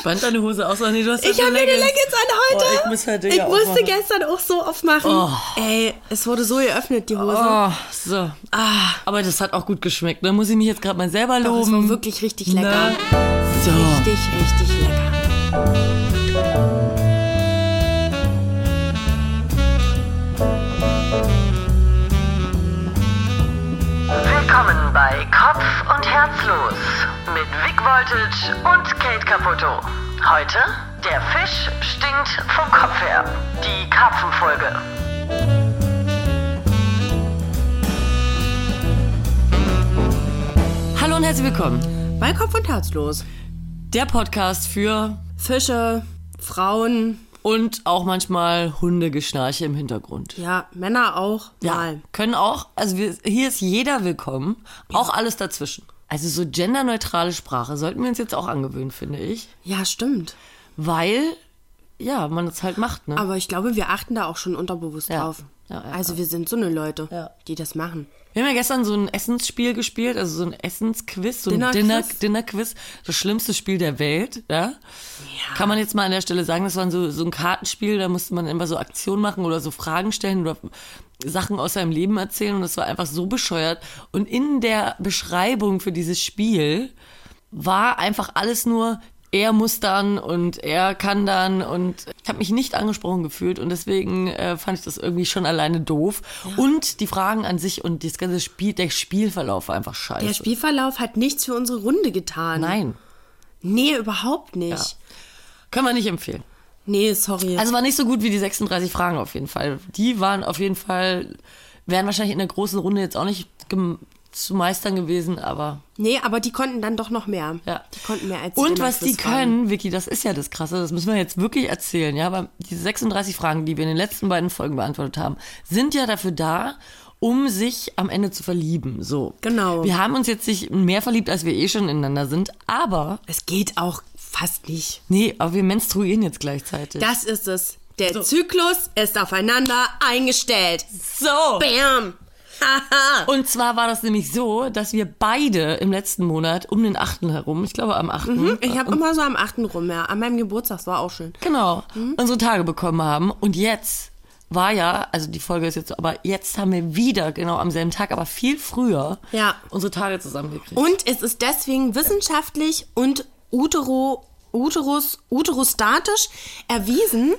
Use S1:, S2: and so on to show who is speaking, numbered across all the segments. S1: Spannt deine Hose aus, Anni, du hast
S2: Ich habe mir eine Leggings an heute.
S1: Oh, ich muss halt Dinge
S2: Ich musste
S1: aufmachen.
S2: gestern auch so aufmachen.
S1: Oh.
S2: Ey, es wurde so geöffnet, die Hose.
S1: Oh, so.
S2: Ah,
S1: Aber das hat auch gut geschmeckt. Da muss ich mich jetzt gerade mal selber
S2: doch, es war
S1: loben.
S2: wirklich richtig lecker.
S1: Ne? So.
S2: Richtig, richtig lecker.
S3: Willkommen bei Kopf und Herzlos mit Vic Voltage und Kate Caputo. Heute der Fisch stinkt vom Kopf her. Die Karpfenfolge.
S1: Hallo und herzlich willkommen.
S2: Bei Kopf und Herzlos.
S1: Der Podcast für
S2: Fische, Frauen,
S1: und auch manchmal Hundegeschnarche im Hintergrund.
S2: ja, Männer auch.
S1: Ja,
S2: Mal.
S1: können auch, also wir, hier ist jeder willkommen, auch alles dazwischen. Also so genderneutrale Sprache sollten wir uns jetzt auch angewöhnen, finde ich,
S2: Ja, stimmt.
S1: weil ja, man das halt macht, ne?
S2: Aber ich glaube, wir achten da auch schon unterbewusst
S1: Ja.
S2: drauf.
S1: Ja, ja,
S2: also wir sind so eine Leute,
S1: Ja.
S2: die das machen.
S1: Wir haben ja gestern so ein Essensspiel gespielt, also so ein Essensquiz, so ein Dinner-
S2: Dinnerquiz.
S1: Dinner-Quiz, das schlimmste Spiel der Welt, ja? Kann man jetzt mal an der Stelle sagen, das war so, so ein Kartenspiel, da musste man immer so Aktionen machen oder so Fragen stellen oder Sachen aus seinem Leben erzählen und das war einfach so bescheuert. Und in der Beschreibung für dieses Spiel war einfach alles nur, er muss dann und er kann dann und ich habe mich nicht angesprochen gefühlt und deswegen äh, fand ich das irgendwie schon alleine doof. Und die Fragen an sich und das ganze Spiel, der Spielverlauf war einfach scheiße.
S2: Der Spielverlauf hat nichts für unsere Runde getan.
S1: Nein,
S2: Nee, überhaupt nicht.
S1: Ja. können wir nicht empfehlen.
S2: Nee, sorry.
S1: Also war nicht so gut wie die 36 Fragen auf jeden Fall. Die waren auf jeden Fall, wären wahrscheinlich in der großen Runde jetzt auch nicht gem- zu meistern gewesen, aber
S2: nee, aber die konnten dann doch noch mehr.
S1: ja.
S2: Die konnten mehr als
S1: Und
S2: die
S1: was die
S2: Netflix waren.
S1: können, Vicky, das ist ja das Krasse, das müssen wir jetzt wirklich erzählen, ja, weil diese 36 Fragen, die wir in den letzten beiden Folgen beantwortet haben, sind ja dafür da, um sich am Ende zu verlieben, so.
S2: Genau.
S1: Wir haben uns jetzt nicht mehr verliebt, als wir eh schon ineinander sind, aber,
S2: Es geht auch fast nicht.
S1: nee, aber wir menstruieren jetzt gleichzeitig.
S2: Das ist es. Der Zyklus ist aufeinander eingestellt.
S1: so!
S2: Bam! Haha!
S1: Und zwar war das nämlich so, dass wir beide im letzten Monat um den 8. herum, ich glaube am 8.
S2: ich habe immer so am 8. rum, ja. An meinem Geburtstag, das war auch schön.
S1: genau,
S2: Mhm.
S1: unsere Tage bekommen haben. Und jetzt war ja, also die Folge ist jetzt, so, aber jetzt haben wir wieder, genau am selben Tag, aber viel früher,
S2: Ja.
S1: unsere Tage zusammengekriegt.
S2: Und es ist deswegen wissenschaftlich und utero, uterus, uterostatisch erwiesen,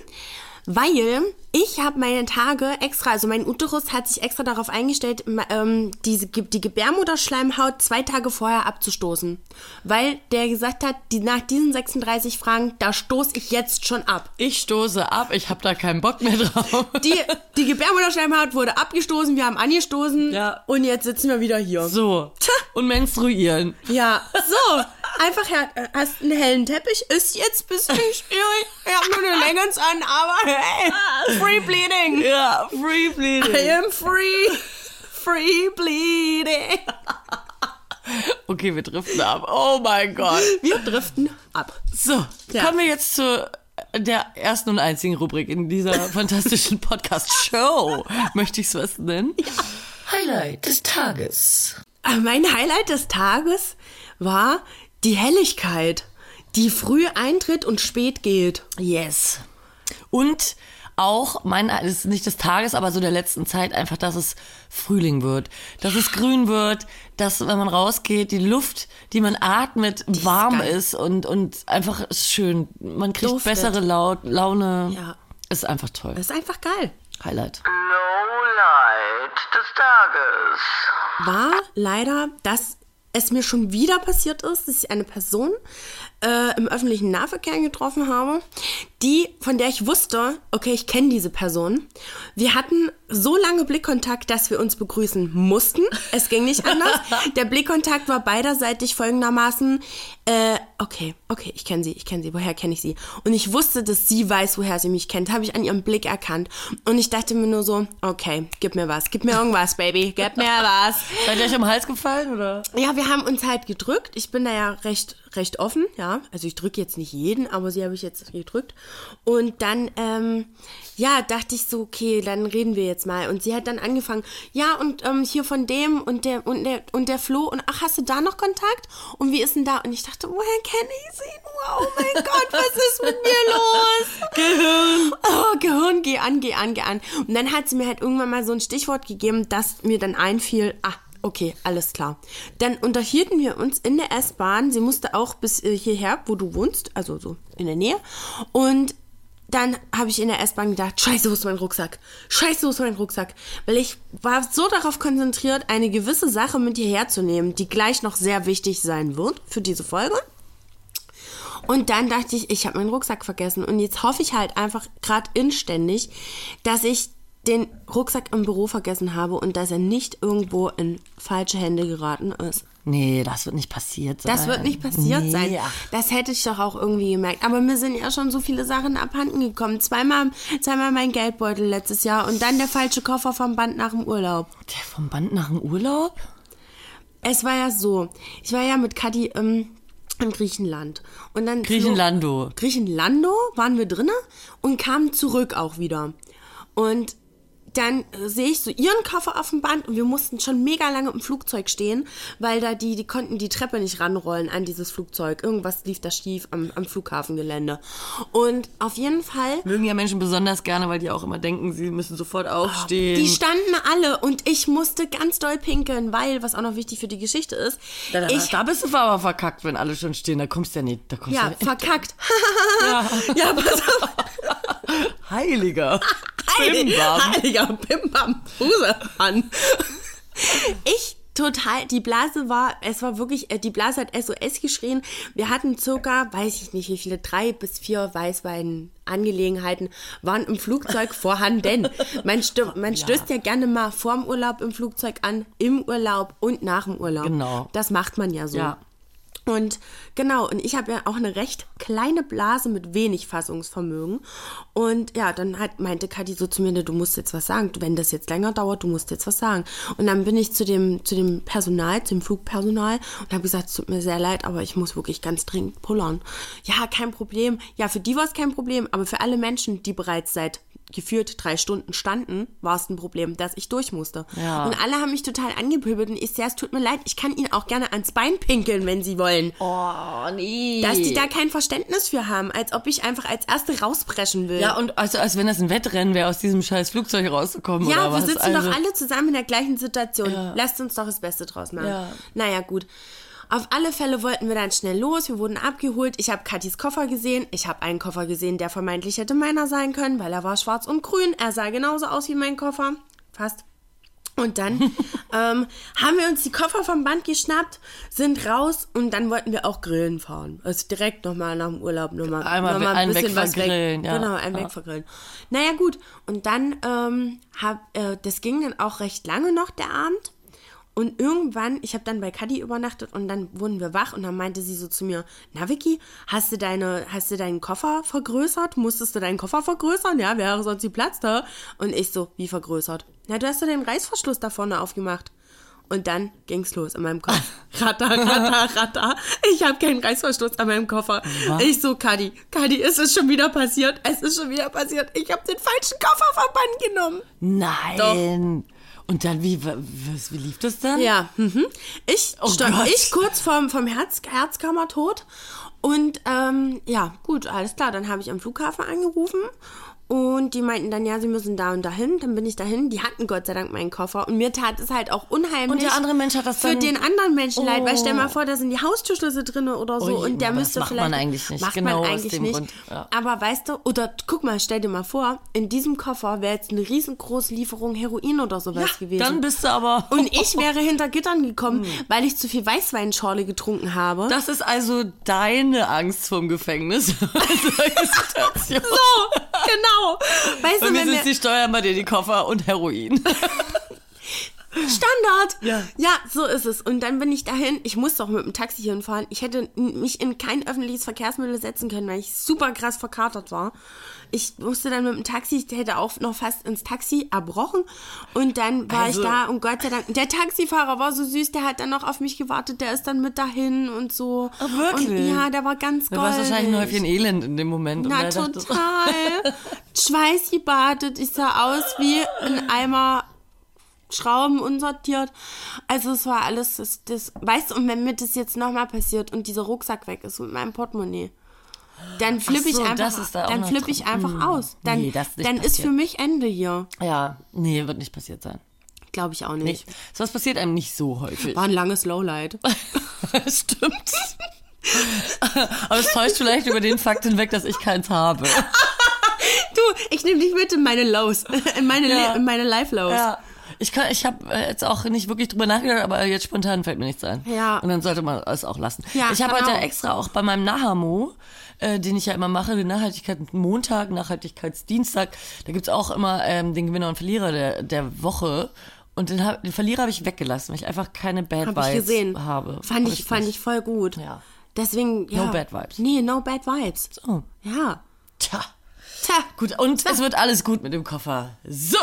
S2: weil ich habe meine Tage extra, also mein Uterus hat sich extra darauf eingestellt, m- ähm, diese, Ge- die Gebärmutterschleimhaut zwei Tage vorher abzustoßen. Weil der gesagt hat, die, nach diesen 36 Fragen, da stoße ich jetzt schon ab.
S1: ich stoße ab, ich habe da keinen Bock mehr drauf.
S2: Die, die Gebärmutterschleimhaut wurde abgestoßen, wir haben angestoßen
S1: Ja.
S2: und jetzt sitzen wir wieder hier.
S1: so.
S2: Tja.
S1: Und menstruieren.
S2: Ja, so. Einfach, her- äh, hast einen hellen Teppich, ist jetzt bist du schwierig. Ich hab nur eine Leggings an, aber hey, free bleeding.
S1: Ja, free bleeding.
S2: I am free. Free bleeding.
S1: Okay, wir driften ab. Oh mein Gott.
S2: Wir driften ab.
S1: So,
S2: Ja.
S1: kommen wir jetzt zu der ersten und einzigen Rubrik in dieser fantastischen Podcast-Show. Möchte ich es was nennen? Highlight des Tages.
S2: Aber Äh, Mein Highlight des Tages war die Helligkeit, die früh eintritt und spät geht.
S1: Yes. Und auch mein, das ist nicht des Tages, aber so der letzten Zeit einfach, dass es Frühling wird, dass es grün wird, dass wenn man rausgeht, die Luft, die man atmet, warm
S2: geil.
S1: ist und, und einfach ist schön. Man kriegt
S2: Duftet.
S1: bessere Laut, Laune.
S2: Ja.
S1: Ist einfach toll.
S2: Das ist einfach geil.
S1: Highlight.
S3: No Light des Tages.
S2: war leider, dass es mir schon wieder passiert ist, dass ich eine Person äh, im öffentlichen Nahverkehr getroffen habe, die, von der ich wusste, okay, ich kenne diese Person. Wir hatten so lange Blickkontakt, dass wir uns begrüßen mussten. Es ging nicht anders. Der Blickkontakt war beiderseitig folgendermaßen, äh, okay, okay, ich kenne sie, ich kenne sie, woher kenne ich sie? Und ich wusste, dass sie weiß, woher sie mich kennt, habe ich an ihrem Blick erkannt. Und ich dachte mir nur so, okay, gib mir was, gib mir irgendwas, Baby, gib mir was.
S1: Seid ihr euch am Hals gefallen oder?
S2: Ja, wir haben uns halt gedrückt. Ich bin da ja recht, recht offen, ja. ja. Also ich drücke jetzt nicht jeden, aber sie habe ich jetzt gedrückt. Und dann, ähm, ja, dachte ich so, okay, dann reden wir jetzt mal. Und sie hat dann angefangen, ja, und ähm, hier von dem und der und der und der Flo und ach, hast du da noch Kontakt? Und wie ist denn da? Und ich dachte, woher kenne ich sie? nur? Oh mein Gott, was ist mit mir los? Gehirn. Oh, Gehirn, geh an, geh an, geh an. Und dann hat sie mir halt irgendwann mal so ein Stichwort gegeben, das mir dann einfiel, ah, okay, alles klar. Dann unterhielten wir uns in der S-Bahn. Sie musste auch bis äh, hierher, wo du wohnst, also so in der Nähe. Und dann habe ich in der S-Bahn gedacht, scheiße, wo ist mein Rucksack? Scheiße, wo ist mein Rucksack? Weil ich war so darauf konzentriert, eine gewisse Sache mit hierher zu nehmen, die gleich noch sehr wichtig sein wird für diese Folge. Und dann dachte ich, ich habe meinen Rucksack vergessen. Und jetzt hoffe ich halt einfach gerade inständig, dass ich den Rucksack im Büro vergessen habe und dass er nicht irgendwo in falsche Hände geraten ist.
S1: Nee, das wird nicht passiert sein.
S2: Das wird nicht passiert
S1: Nee,
S2: sein.
S1: ach,
S2: Das hätte ich doch auch irgendwie gemerkt. Aber mir sind ja schon so viele Sachen abhanden gekommen. Zweimal, zweimal mein Geldbeutel letztes Jahr und dann der falsche Koffer vom Band nach dem Urlaub.
S1: Der vom Band nach dem Urlaub?
S2: Es war ja so, ich war ja mit Kadi im, in Griechenland. Und dann flog-
S1: Griechenlando.
S2: Griechenlando waren wir drinne und kamen zurück auch wieder. Und dann äh, sehe ich so ihren Koffer auf dem Band und wir mussten schon mega lange im Flugzeug stehen, weil da die, die konnten die Treppe nicht ranrollen an dieses Flugzeug. Irgendwas lief da schief am, am Flughafengelände. Und auf jeden Fall
S1: Mögen ja Menschen besonders gerne, weil die auch immer denken, sie müssen sofort aufstehen.
S2: Ah, Die standen alle und ich musste ganz doll pinkeln, weil, was auch noch wichtig für die Geschichte ist,
S1: da, da,
S2: ich
S1: da bist du aber verkackt, wenn alle schon stehen. Da kommst du ja nicht. Da kommst
S2: ja,
S1: du ja
S2: verkackt. ja, pass auf.
S1: nicht. Heiliger.
S2: Heil-
S1: Bimbam.
S2: Heiliger Bimbam Busemann. Ich total, die Blase war, es war wirklich, äh, die Blase hat SOS geschrien. Wir hatten circa, weiß ich nicht wie viele, drei bis vier Weißwein-Angelegenheiten waren im Flugzeug vorhanden. Man, stö man stößt ja gerne mal vorm Urlaub im Flugzeug an, im Urlaub und nach dem Urlaub.
S1: Genau.
S2: Das macht man ja so.
S1: Ja.
S2: Und genau, und ich habe ja auch eine recht kleine Blase mit wenig Fassungsvermögen. Und ja, dann hat, meinte Kathi so zu mir, "Ne, du musst jetzt was sagen. Wenn das jetzt länger dauert, du musst jetzt was sagen. Und dann bin ich zu dem, zu dem Personal, zum Flugpersonal und habe gesagt, es tut mir sehr leid, aber ich muss wirklich ganz dringend pullern. Ja, kein Problem. Ja, für die war es kein Problem, aber für alle Menschen, die bereits seit geführt drei Stunden standen, war es ein Problem, dass ich durch musste.
S1: Ja.
S2: Und alle haben mich total angepöbelt und ich sehr, es tut mir leid, ich kann ihnen auch gerne ans Bein pinkeln, wenn sie wollen.
S1: Oh, nee.
S2: Dass die da kein Verständnis für haben, als ob ich einfach als Erste rauspreschen will.
S1: ja, und also, als wenn das ein Wettrennen wäre, aus diesem scheiß Flugzeug rauszukommen. oder
S2: Ja, wir
S1: was.
S2: sitzen
S1: also,
S2: doch alle zusammen in der gleichen Situation.
S1: Ja.
S2: Lasst uns doch das Beste draus machen.
S1: Ja.
S2: Naja, gut. Auf alle Fälle wollten wir dann schnell los. Wir wurden abgeholt. Ich habe Katis Koffer gesehen. Ich habe einen Koffer gesehen, der vermeintlich hätte meiner sein können, weil er war schwarz und grün. Er sah genauso aus wie mein Koffer. Fast. Und dann ähm, haben wir uns die Koffer vom Band geschnappt, sind raus und dann wollten wir auch grillen fahren. Also direkt nochmal nach dem Urlaub nochmal
S1: Einmal
S2: nochmal
S1: einen weg vergrillen, ja.
S2: Genau, einen
S1: Ja.
S2: weg vergrillen. Naja, gut. Und dann ähm, hab, äh, das ging dann auch recht lange noch, der Abend. Und irgendwann, ich habe dann bei Cuddy übernachtet und dann wurden wir wach und dann meinte sie so zu mir, na Vicky, hast du deine, hast du deinen Koffer vergrößert? Musstest du deinen Koffer vergrößern? Ja, wäre sonst die Platz da. Und ich so, wie vergrößert? Na, du hast ja den Reißverschluss da vorne aufgemacht. Und dann ging's los in meinem Kopf. Ratter, ratter, ratter. Ich habe keinen Reißverschluss an meinem Koffer. Ich so, Kadi, Kadi, es ist schon wieder passiert. Es ist schon wieder passiert. Ich habe den falschen Kofferverband genommen.
S1: Nein. Und dann, wie, was, wie lief das dann?
S2: Ja, mhm. ich stand
S1: Oh Gott.
S2: ich kurz vorm, vom Herz, Herzkammertod. Und ähm, ja, gut, alles klar. Dann habe ich am Flughafen angerufen und die meinten dann, ja, sie müssen da und dahin. Dann bin ich dahin. Die hatten Gott sei Dank meinen Koffer und mir tat es halt auch unheimlich.
S1: Und der andere Mensch hat das
S2: Für
S1: dann-
S2: den anderen Menschen leid, weil stell
S1: Oh.
S2: mal vor, da sind die Haustürschlüssel drin oder so
S1: Ui,
S2: und der
S1: aber das
S2: müsste
S1: macht
S2: vielleicht.
S1: man eigentlich nicht.
S2: Macht
S1: Genau aus
S2: man eigentlich
S1: dem
S2: nicht.
S1: Grund, ja.
S2: Aber weißt du, oder guck mal, stell dir mal vor, in diesem Koffer wäre jetzt eine riesengroße Lieferung Heroin oder sowas gewesen.
S1: Dann bist du aber.
S2: Und ich wäre hinter Gittern gekommen, weil ich zu viel Weißweinschorle getrunken habe.
S1: Hm. Das ist also deine Angst vom Gefängnis. Solche Situation.
S2: so, genau. Weißt
S1: Bei
S2: du,
S1: mir
S2: wenn
S1: sind
S2: wir,
S1: die Steuern, bei dir die Koffer und Heroin.
S2: Standard.
S1: Ja.
S2: Ja, so ist es. Und dann bin ich dahin. Ich muss doch mit dem Taxi hinfahren. Ich hätte n- mich in kein öffentliches Verkehrsmittel setzen können, weil ich super krass verkatert war. Ich musste dann mit dem Taxi, ich hätte auch noch fast ins Taxi erbrochen. Und dann war
S1: Also-
S2: ich da und Gott sei Dank. Der Taxifahrer war so süß, der hat dann noch auf mich gewartet. Der ist dann mit dahin und so.
S1: Oh, wirklich?
S2: Und ja, der war ganz
S1: Da
S2: goldig.
S1: war es wahrscheinlich ein Häufchen Elend in dem Moment.
S2: Na
S1: er dachte,
S2: total. Schweißgebadet. Ich sah aus wie ein Eimer Schrauben unsortiert. Also es war alles, das, das weißt du, und wenn mir das jetzt nochmal passiert und dieser Rucksack weg ist mit meinem Portemonnaie, dann flippe
S1: so,
S2: ich einfach,
S1: das ist da auch
S2: dann
S1: noch
S2: flippe ich
S1: drin.
S2: einfach
S1: Hm.
S2: aus. Dann,
S1: Nee, das ist nicht
S2: dann ist
S1: passiert.
S2: für mich Ende hier.
S1: ja, nee, wird nicht passiert sein.
S2: Glaube ich auch
S1: Nicht.
S2: nicht.
S1: Sowas passiert einem nicht so häufig.
S2: War ein langes Lowlight.
S1: Stimmt. Aber es täuscht vielleicht über den Fakt hinweg, dass ich keins habe.
S2: Du, ich nehme dich mit in meine Lows, in meine,
S1: Ja.
S2: Le- in meine Live-Lows.
S1: Ich, kann- ich habe jetzt auch nicht wirklich drüber nachgedacht, aber jetzt spontan fällt mir nichts ein.
S2: Ja.
S1: Und dann sollte man es auch lassen.
S2: Ja,
S1: ich habe
S2: genau.
S1: heute extra auch bei meinem Nahamo, äh, den ich ja immer mache, den Nachhaltigkeitsmontag, Nachhaltigkeitsdienstag, da gibt's auch immer ähm, den Gewinner und Verlierer der, der Woche. Und den, hab, den Verlierer habe ich weggelassen, weil ich einfach keine Bad
S2: Hab
S1: Vibes
S2: ich gesehen.
S1: habe.
S2: Fand
S1: Hab
S2: ich, fand
S1: nicht.
S2: ich voll gut.
S1: Ja.
S2: Deswegen, ja.
S1: No bad vibes.
S2: Nee, no bad vibes.
S1: Oh,
S2: Ja.
S1: tja.
S2: Tja,
S1: Gut, und es wird alles gut mit dem Koffer. So.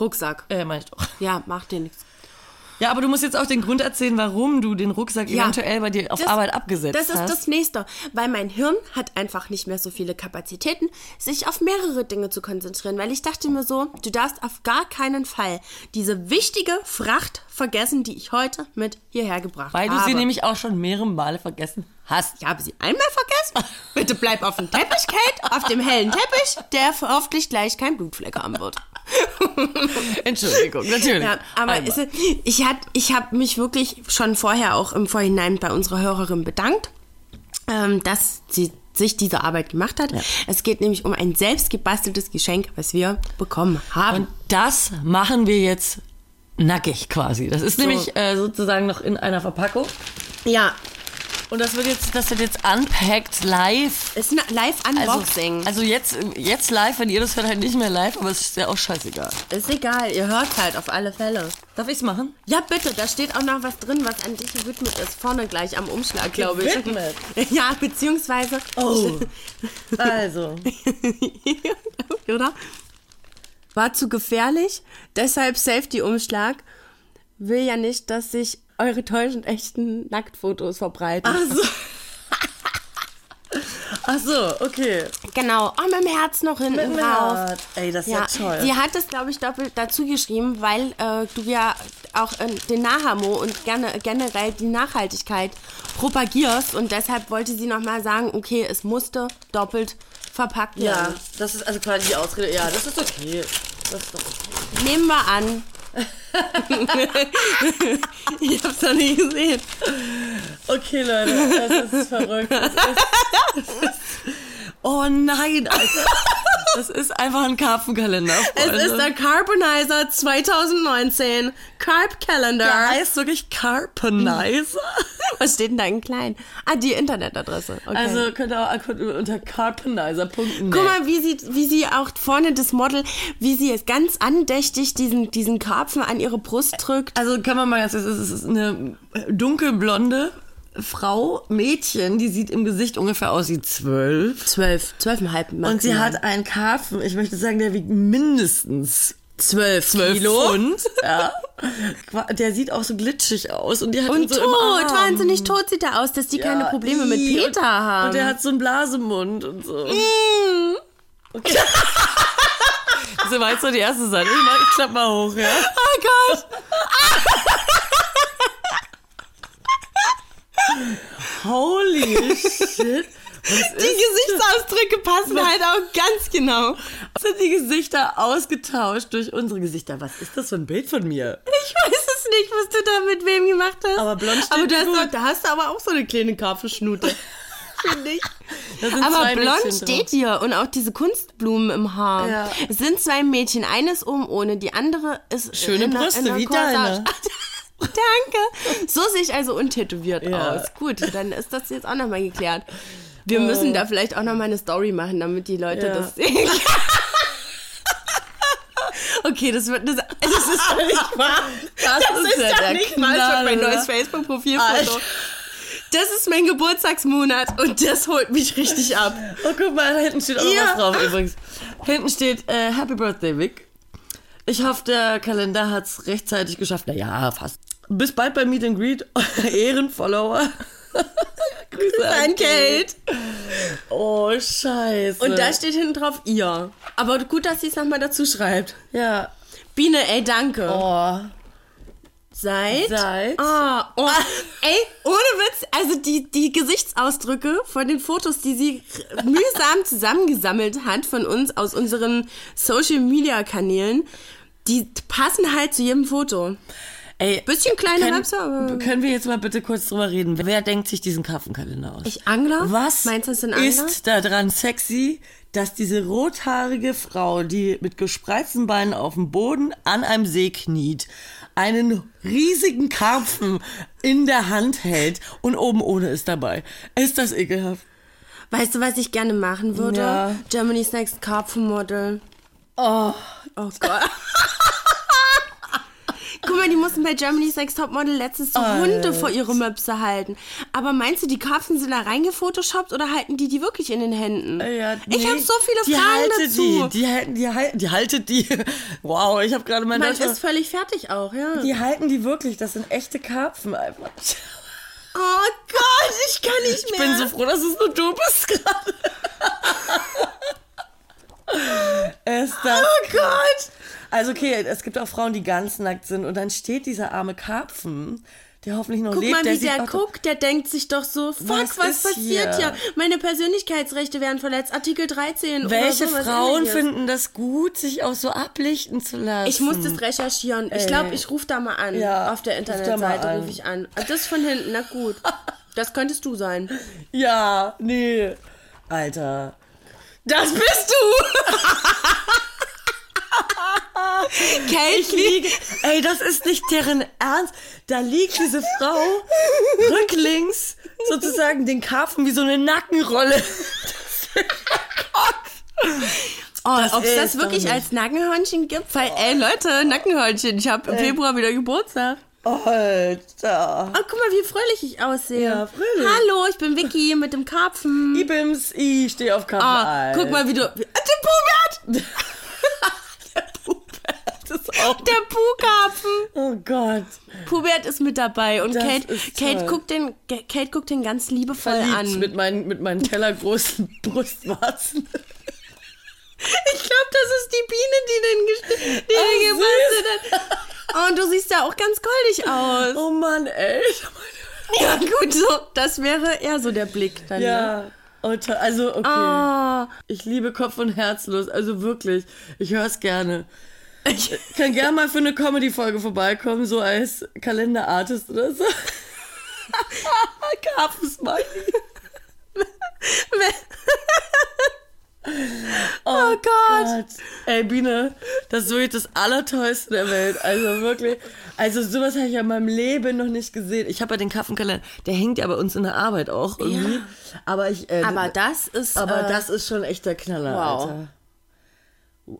S2: Rucksack.
S1: Äh, meine ich doch.
S2: Ja, macht dir nichts.
S1: Ja, aber du musst jetzt auch den Grund erzählen, warum du den Rucksack
S2: Ja.
S1: eventuell bei dir auf
S2: Das-
S1: Arbeit abgesetzt
S2: Das ist
S1: hast.
S2: das Nächste. Weil mein Hirn hat einfach nicht mehr so viele Kapazitäten, sich auf mehrere Dinge zu konzentrieren. Weil ich dachte mir so, du darfst auf gar keinen Fall diese wichtige Fracht vergessen, die ich heute mit hierher gebracht
S1: Weil
S2: habe.
S1: du sie nämlich auch schon mehrere Male vergessen hast.
S2: Ich habe sie einmal vergessen. Bitte bleib auf dem Teppich, Kate. Auf dem hellen Teppich, der hoffentlich gleich kein Blutfleck haben wird.
S1: Entschuldigung, natürlich.
S2: Ja, aber
S1: Einmal.
S2: es, ich habe ich hab mich wirklich schon vorher auch im Vorhinein bei unserer Hörerin bedankt, ähm, dass sie sich diese Arbeit gemacht hat. Es geht nämlich um ein selbst gebasteltes Geschenk, was wir bekommen haben.
S1: Und das machen wir jetzt nackig quasi. Das ist nämlich äh, sozusagen noch in einer Verpackung.
S2: ja,
S1: Und das wird jetzt, das wird jetzt unpacked live.
S2: es ist ein Live-Unboxing.
S1: Also, also jetzt, jetzt live, wenn ihr das hört, halt nicht mehr live, aber es ist ja auch scheißegal.
S2: ist egal, ihr hört halt auf alle Fälle.
S1: Darf ich's machen?
S2: Ja, bitte, da steht auch noch was drin, was an dich gewidmet ist. Vorne gleich am Umschlag, glaube ich.
S1: Gewidmet?
S2: Ja, beziehungsweise.
S1: Oh. Also.
S2: oder? War zu gefährlich, deshalb Safety-Umschlag. Will ja nicht, dass sich eure täuschend echten Nacktfotos verbreiten.
S1: Ach so, okay.
S2: Genau. Oh, mit dem Herz noch hinten
S1: dem
S2: drauf.
S1: Herz. Ey, das ist
S2: ja
S1: ja toll.
S2: Sie hat es, glaube ich, doppelt dazu geschrieben, weil äh, du ja auch in den Nahamo und gerne, generell die Nachhaltigkeit propagierst. Und deshalb wollte sie nochmal sagen, okay, es musste doppelt verpackt
S1: Ja,
S2: werden.
S1: das ist also quasi die Ausrede. Ja, das ist okay. Das ist doch okay.
S2: Nehmen wir an. ich hab's noch nie gesehen.
S1: Okay, Leute, das ist verrückt. Das ist, das ist, oh nein, Alter. Das ist einfach ein Karpfenkalender. Freunde.
S2: Es ist der Carbonizer 2019 Carb
S1: der
S2: Calendar.
S1: heißt wirklich Carpenizer.
S2: Was steht denn da in klein? Ah, die Internetadresse. Okay.
S1: Also könnt ihr auch könnt ihr unter carpenizer.net.
S2: Guck mal, wie sie, wie sie auch vorne das Model, wie sie es ganz andächtig diesen, diesen Karpfen an ihre Brust drückt.
S1: Also kann man mal ganz, es ist es ist eine dunkelblonde Frau, Mädchen, die sieht im Gesicht ungefähr aus wie zwölf.
S2: Zwölf, zwölfeinhalb
S1: Und sie hat einen Karpfen, ich möchte sagen, der wiegt mindestens 12,
S2: Kilo.
S1: Pfund. Ja. Qua- Der sieht auch so glitschig aus. Und, die hat ihn
S2: Und
S1: so
S2: tot,
S1: im Arm.
S2: wahnsinnig tot sieht er aus, dass die
S1: Ja,
S2: keine Probleme mit
S1: ii.
S2: Peter
S1: und,
S2: haben. Mm,
S1: Und der hat so einen Blasemund und so. Okay. so war jetzt nur die erste Seite. Ich, mach, ich klapp mal hoch, ja.
S2: oh Gott!
S1: Holy shit.
S2: Die Gesichtsausdrücke passen halt auch ganz genau.
S1: Sind die Gesichter ausgetauscht durch unsere Gesichter? Was ist das für ein Bild von mir?
S2: Ich weiß es nicht, was du da mit wem gemacht hast.
S1: Aber blond steht
S2: aber du hast
S1: gut.
S2: doch- Da hast du aber auch so eine kleine Karpfenschnute. Finde ich.
S1: Da sind
S2: Aber
S1: zwei
S2: blond
S1: Mädchen drauf.
S2: steht hier und auch diese Kunstblumen im Haar.
S1: Ja.
S2: Es sind zwei Mädchen. Eines oben ohne, die andere ist.
S1: Schöne
S2: in der- in
S1: Brüste,
S2: der
S1: wie
S2: Corsage.
S1: deine.
S2: Danke. So sehe ich also untätowiert
S1: Ja. Äh.
S2: aus. Gut, dann ist das jetzt auch nochmal geklärt. Wir müssen da vielleicht auch nochmal eine Story machen, damit die Leute
S1: Ja.
S2: das sehen. okay, das wird eine. Sa- Das ist ist doch nicht wahr.
S1: Das ist ja der Knaller,
S2: mein
S1: oder?
S2: neues
S1: Alter.
S2: Facebook-Profilfoto. Das ist mein Geburtstagsmonat und das holt mich richtig ab.
S1: Oh, guck mal, da hinten steht auch
S2: Ja.
S1: noch was drauf übrigens. Hinten steht äh, Happy Birthday, Vic. Ich hoffe, der Kalender hat's rechtzeitig geschafft. Naja, fast. Bis bald bei Meet and Greet, euer Ehrenfollower. Grüße
S2: Dein Geld.
S1: Oh, scheiße.
S2: Und da steht hinten drauf ihr. Aber gut, dass sie es nochmal dazu schreibt.
S1: Ja.
S2: Biene, ey, danke.
S1: Oh.
S2: Seit?
S1: Seit?
S2: Ah, oh. Ey, ohne Witz, also die, die Gesichtsausdrücke von den Fotos, die sie r- mühsam zusammengesammelt hat von uns aus unseren Social-Media-Kanälen, die passen halt zu jedem Foto.
S1: Ey,
S2: Bisschen kleine
S1: können,
S2: Rapser, aber...
S1: können wir jetzt mal bitte kurz drüber reden? Wer denkt sich diesen Karpfenkalender aus?
S2: Ich Angler?
S1: Was
S2: Meinst du, es sind Angler?
S1: ist da dran sexy, dass diese rothaarige Frau, die mit gespreizten Beinen auf dem Boden an einem See kniet, einen riesigen Karpfen in der Hand hält und oben ohne ist dabei. Ist das ekelhaft?
S2: Weißt du, was ich gerne machen würde?
S1: Ja.
S2: Germany's Next Karpfenmodel.
S1: Oh,
S2: Oh Gott. Guck mal, die mussten bei Germany's Next Topmodel letztens so Hunde vor ihre Möpse halten. Aber meinst du, die Karpfen sind da reingefotoshoppt oder halten die die wirklich in den Händen?
S1: Äh, ja,
S2: ich
S1: nee.
S2: habe so
S1: die
S2: viele Fragen
S1: haltet
S2: dazu.
S1: Die, die, halten- die, halten- die haltet die. Wow, ich habe gerade mein
S2: Man
S1: Deutsch
S2: ist völlig fertig auch, ja.
S1: Die halten die wirklich, das sind echte Karpfen einfach.
S2: Oh Gott, ich kann nicht
S1: Ich
S2: mehr.
S1: bin so froh, dass es nur du bist gerade. Ist das
S2: oh Gott.
S1: also okay, es gibt auch Frauen, die ganz nackt sind und dann steht dieser arme Karpfen, der hoffentlich noch
S2: Guck
S1: lebt.
S2: mal, wie
S1: sieht
S2: der,
S1: auch-
S2: guckt, der denkt sich doch so, fuck,
S1: Was
S2: was,
S1: ist
S2: passiert
S1: hier?
S2: hier? Meine Persönlichkeitsrechte werden verletzt, Artikel 13
S1: Welche
S2: oder sowas
S1: Frauen
S2: Ähnliches.
S1: finden das gut, sich auch so ablichten zu lassen?
S2: Ich muss das recherchieren. Ich glaube, ich rufe da mal an.
S1: Ja,
S2: Auf der
S1: ruf da mal
S2: Internetseite
S1: an.
S2: rufe ich an. Ah, Das von hinten, na gut. Das könntest du sein.
S1: Ja, nee. Alter.
S2: Das bist du!
S1: Ich liege, ey, das ist nicht deren Ernst. Da liegt diese Frau rücklings sozusagen den Karpfen wie so eine Nackenrolle.
S2: Oh, Ob es
S1: ist
S2: das
S1: doch
S2: wirklich
S1: nicht.
S2: als Nackenhörnchen gibt? Weil, ey Leute, Nackenhörnchen, ich habe im Februar wieder Geburtstag.
S1: Alter.
S2: Oh, guck mal, wie fröhlich ich aussehe.
S1: Ja, fröhlich.
S2: Hallo, ich bin Vicky mit dem Karpfen.
S1: Ibims, ich stehe auf Karpfen.
S2: Ah,
S1: Alter.
S2: guck mal, wie du... Wie, der Pubert!
S1: Das ist auch.
S2: Der Puhkarpfen!
S1: Oh Gott.
S2: Pubert ist mit dabei und
S1: Das
S2: Kate,
S1: ist
S2: Kate,
S1: toll.
S2: guckt den, Kate guckt den ganz liebevoll
S1: Verliebt
S2: an.
S1: Mit, meinen, mit meinen tellergroßen Brustwarzen.
S2: Ich glaube, das ist die Biene, die den, gest- die den gebastelt hat. Und du siehst ja auch ganz goldig aus.
S1: Oh Mann, ey.
S2: Ja, gut, so. Das wäre eher so der Blick dann. Ne?
S1: Ja. Oh, toll. Also, okay.
S2: Ah.
S1: Ich liebe Kopf und Herzlos. Also wirklich. Ich höre es gerne.
S2: Ich,
S1: Kann gerne mal für eine Comedy-Folge vorbeikommen, so als Kalenderartist oder so. Karpfen-Smiley.
S2: oh Gott.
S1: Gott. Ey, Biene, das ist wirklich das Allertollste der Welt. Also wirklich. Also sowas habe ich ja in meinem Leben noch nicht gesehen. Ich habe ja den Kaffenkalender, der hängt ja bei uns in der Arbeit auch irgendwie. Aber ich. Äh,
S2: Aber das ist.
S1: aber
S2: äh,
S1: das ist schon echt der Knaller,
S2: wow.
S1: Alter.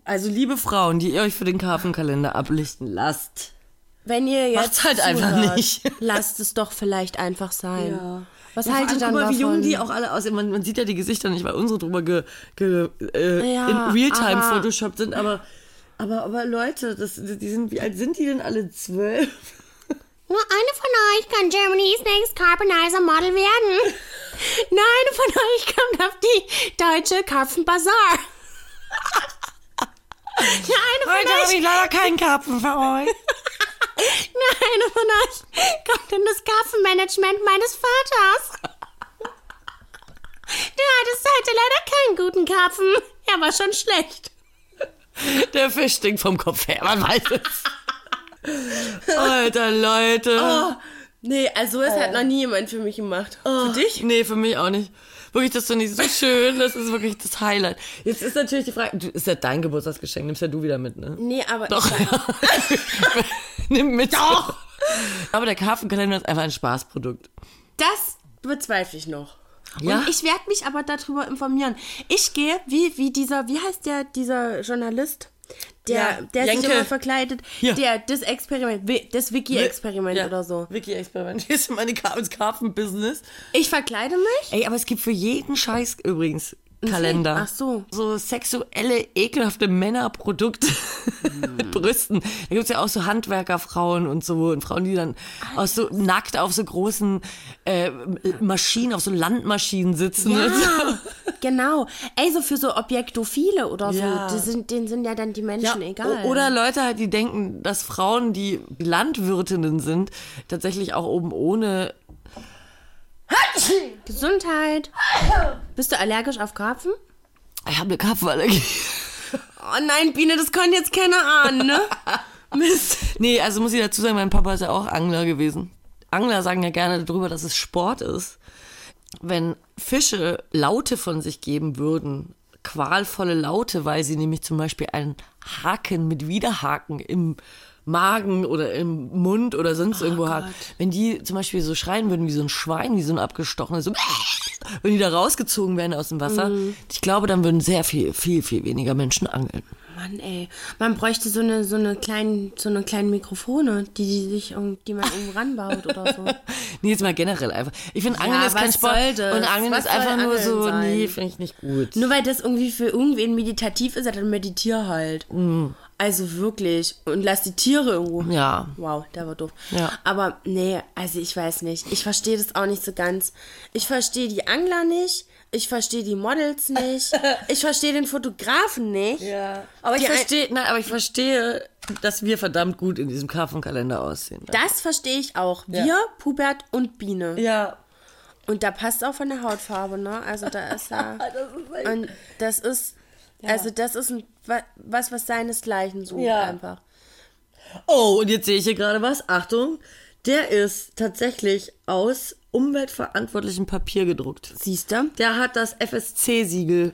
S1: Also liebe Frauen, die ihr euch für den Karpfenkalender ablichten lasst.
S2: wenn ihr jetzt.
S1: macht's halt einfach
S2: zuhört,
S1: nicht.
S2: Lasst es doch vielleicht einfach sein. Was
S1: Ja, vor
S2: haltet ihr
S1: allem, guck
S2: dann
S1: mal,
S2: davon?
S1: wie jung die auch alle aussehen. Man, man sieht ja die Gesichter nicht, weil unsere drüber ge, ge, äh,
S2: Ja,
S1: in Realtime
S2: aber-
S1: Photoshop sind. Aber, aber, aber Leute, das, die sind, wie alt sind die denn alle? Zwölf?
S4: Nur eine von euch kann Germany's Next Carbonizer Model werden.
S2: Nein, von euch kommt auf die deutsche Karpfenbazar. Nein, von euch
S1: ich leider keinen Karpfen für euch.
S2: Nein, von euch kommt in das Kaffeemanagement meines Vaters.
S4: Der hatte heute leider keinen guten Karpfen.
S2: Er war schon schlecht.
S1: Der Fisch stinkt vom Kopf her, man weiß es. Alter, Leute.
S2: Nee, also es
S4: Äh.
S2: hat noch nie jemand für mich gemacht.
S1: Oh, Für dich? Nee, für mich auch nicht. Wirklich, das finde ich so schön. Das ist wirklich das Highlight. Jetzt ist natürlich die Frage, du, ist ja dein Geburtstagsgeschenk, nimmst ja du wieder mit, ne?
S2: Nee, aber
S1: Doch. Nimm mit. Doch. Aber der Karpfenkalender ist einfach ein Spaßprodukt.
S2: das bezweifle ich noch.
S1: Ja?
S2: Und ich werde mich aber darüber informieren. Ich gehe, wie, wie dieser, wie heißt der, dieser Journalist? Der,
S1: Ja,
S2: der ist sich
S1: Jenke.
S2: immer verkleidet.
S1: Hier.
S2: Der, das Experiment, Wi- das Wiki-Experiment
S1: Ja,
S2: oder so.
S1: Wiki-Experiment. Hier ist meine Kar ins Karpfen-Business.
S2: Ich verkleide mich?
S1: Ey, aber es gibt für jeden Scheiß übrigens Kalender.
S2: Ach so.
S1: Mhm. So sexuelle, ekelhafte Männerprodukte mit Brüsten. Da gibt's ja auch so Handwerkerfrauen und so. Und Frauen, die dann aus so nackt auf so großen äh, Maschinen, auf so Landmaschinen sitzen.
S2: Ja,
S1: Und so.
S2: genau. Ey, so für so Objektophile oder so.
S1: Ja.
S2: Die sind, denen sind ja dann die Menschen egal.
S1: o- Oder Leute halt, die denken, dass Frauen, die Landwirtinnen sind, tatsächlich auch oben ohne.
S2: Gesundheit. Bist du allergisch auf Karpfen?
S1: Ich habe eine Karpfenallergie.
S2: Oh nein, Biene, das konnte jetzt keiner ahnen, ne? Mist.
S1: Nee, also muss ich dazu sagen, mein Papa ist ja auch Angler gewesen. Angler sagen ja gerne darüber, dass es Sport ist. Wenn Fische Laute von sich geben würden, qualvolle Laute, weil sie nämlich zum Beispiel einen Haken mit Widerhaken im Magen oder im Mund oder sonst irgendwo haben. Wenn die zum Beispiel so schreien würden wie so ein Schwein, wie so ein abgestochenes, so wenn die da rausgezogen werden aus dem Wasser, ich glaube, dann würden sehr viel, viel, viel weniger Menschen angeln.
S2: Mann, ey. Man bräuchte so eine, so eine kleinen, so eine kleinen Mikrofone, die, die sich, irgend- die man irgendwo ranbaut oder so.
S1: Nee, jetzt mal generell einfach. Ich finde, Angeln
S2: Ja,
S1: ist kein
S2: was
S1: Sport.
S2: soll das?
S1: Und Angeln
S2: Was
S1: ist einfach
S2: soll
S1: nur
S2: Angeln
S1: so,
S2: sein?
S1: nee, finde ich nicht gut.
S2: Nur weil das irgendwie für irgendwen meditativ ist, ja, dann meditier halt. Also wirklich. Und lass die Tiere irgendwo.
S1: Mhm. Ja.
S2: Wow, der war doof.
S1: Ja.
S2: Aber nee, also ich weiß nicht. Ich verstehe das auch nicht so ganz. Ich verstehe die Angler nicht. Ich verstehe die Models nicht. ich verstehe den Fotografen nicht.
S1: ja. Aber ich
S2: Die ein-
S1: verstehe, nein, aber ich verstehe, dass wir verdammt gut in diesem Karpfenkalender aussehen.
S2: Das verstehe ich auch. Wir, Pubert und Biene.
S1: ja.
S2: Und da passt auch von der Hautfarbe, ne? Also da ist ja. und das ist. Also das ist ein, wa- was, was seinesgleichen sucht
S1: Ja.
S2: einfach.
S1: Oh, und jetzt sehe ich hier gerade was. Achtung, der ist tatsächlich aus umweltverantwortlichem Papier gedruckt.
S2: Siehst du?
S1: Der hat das FSC-Siegel.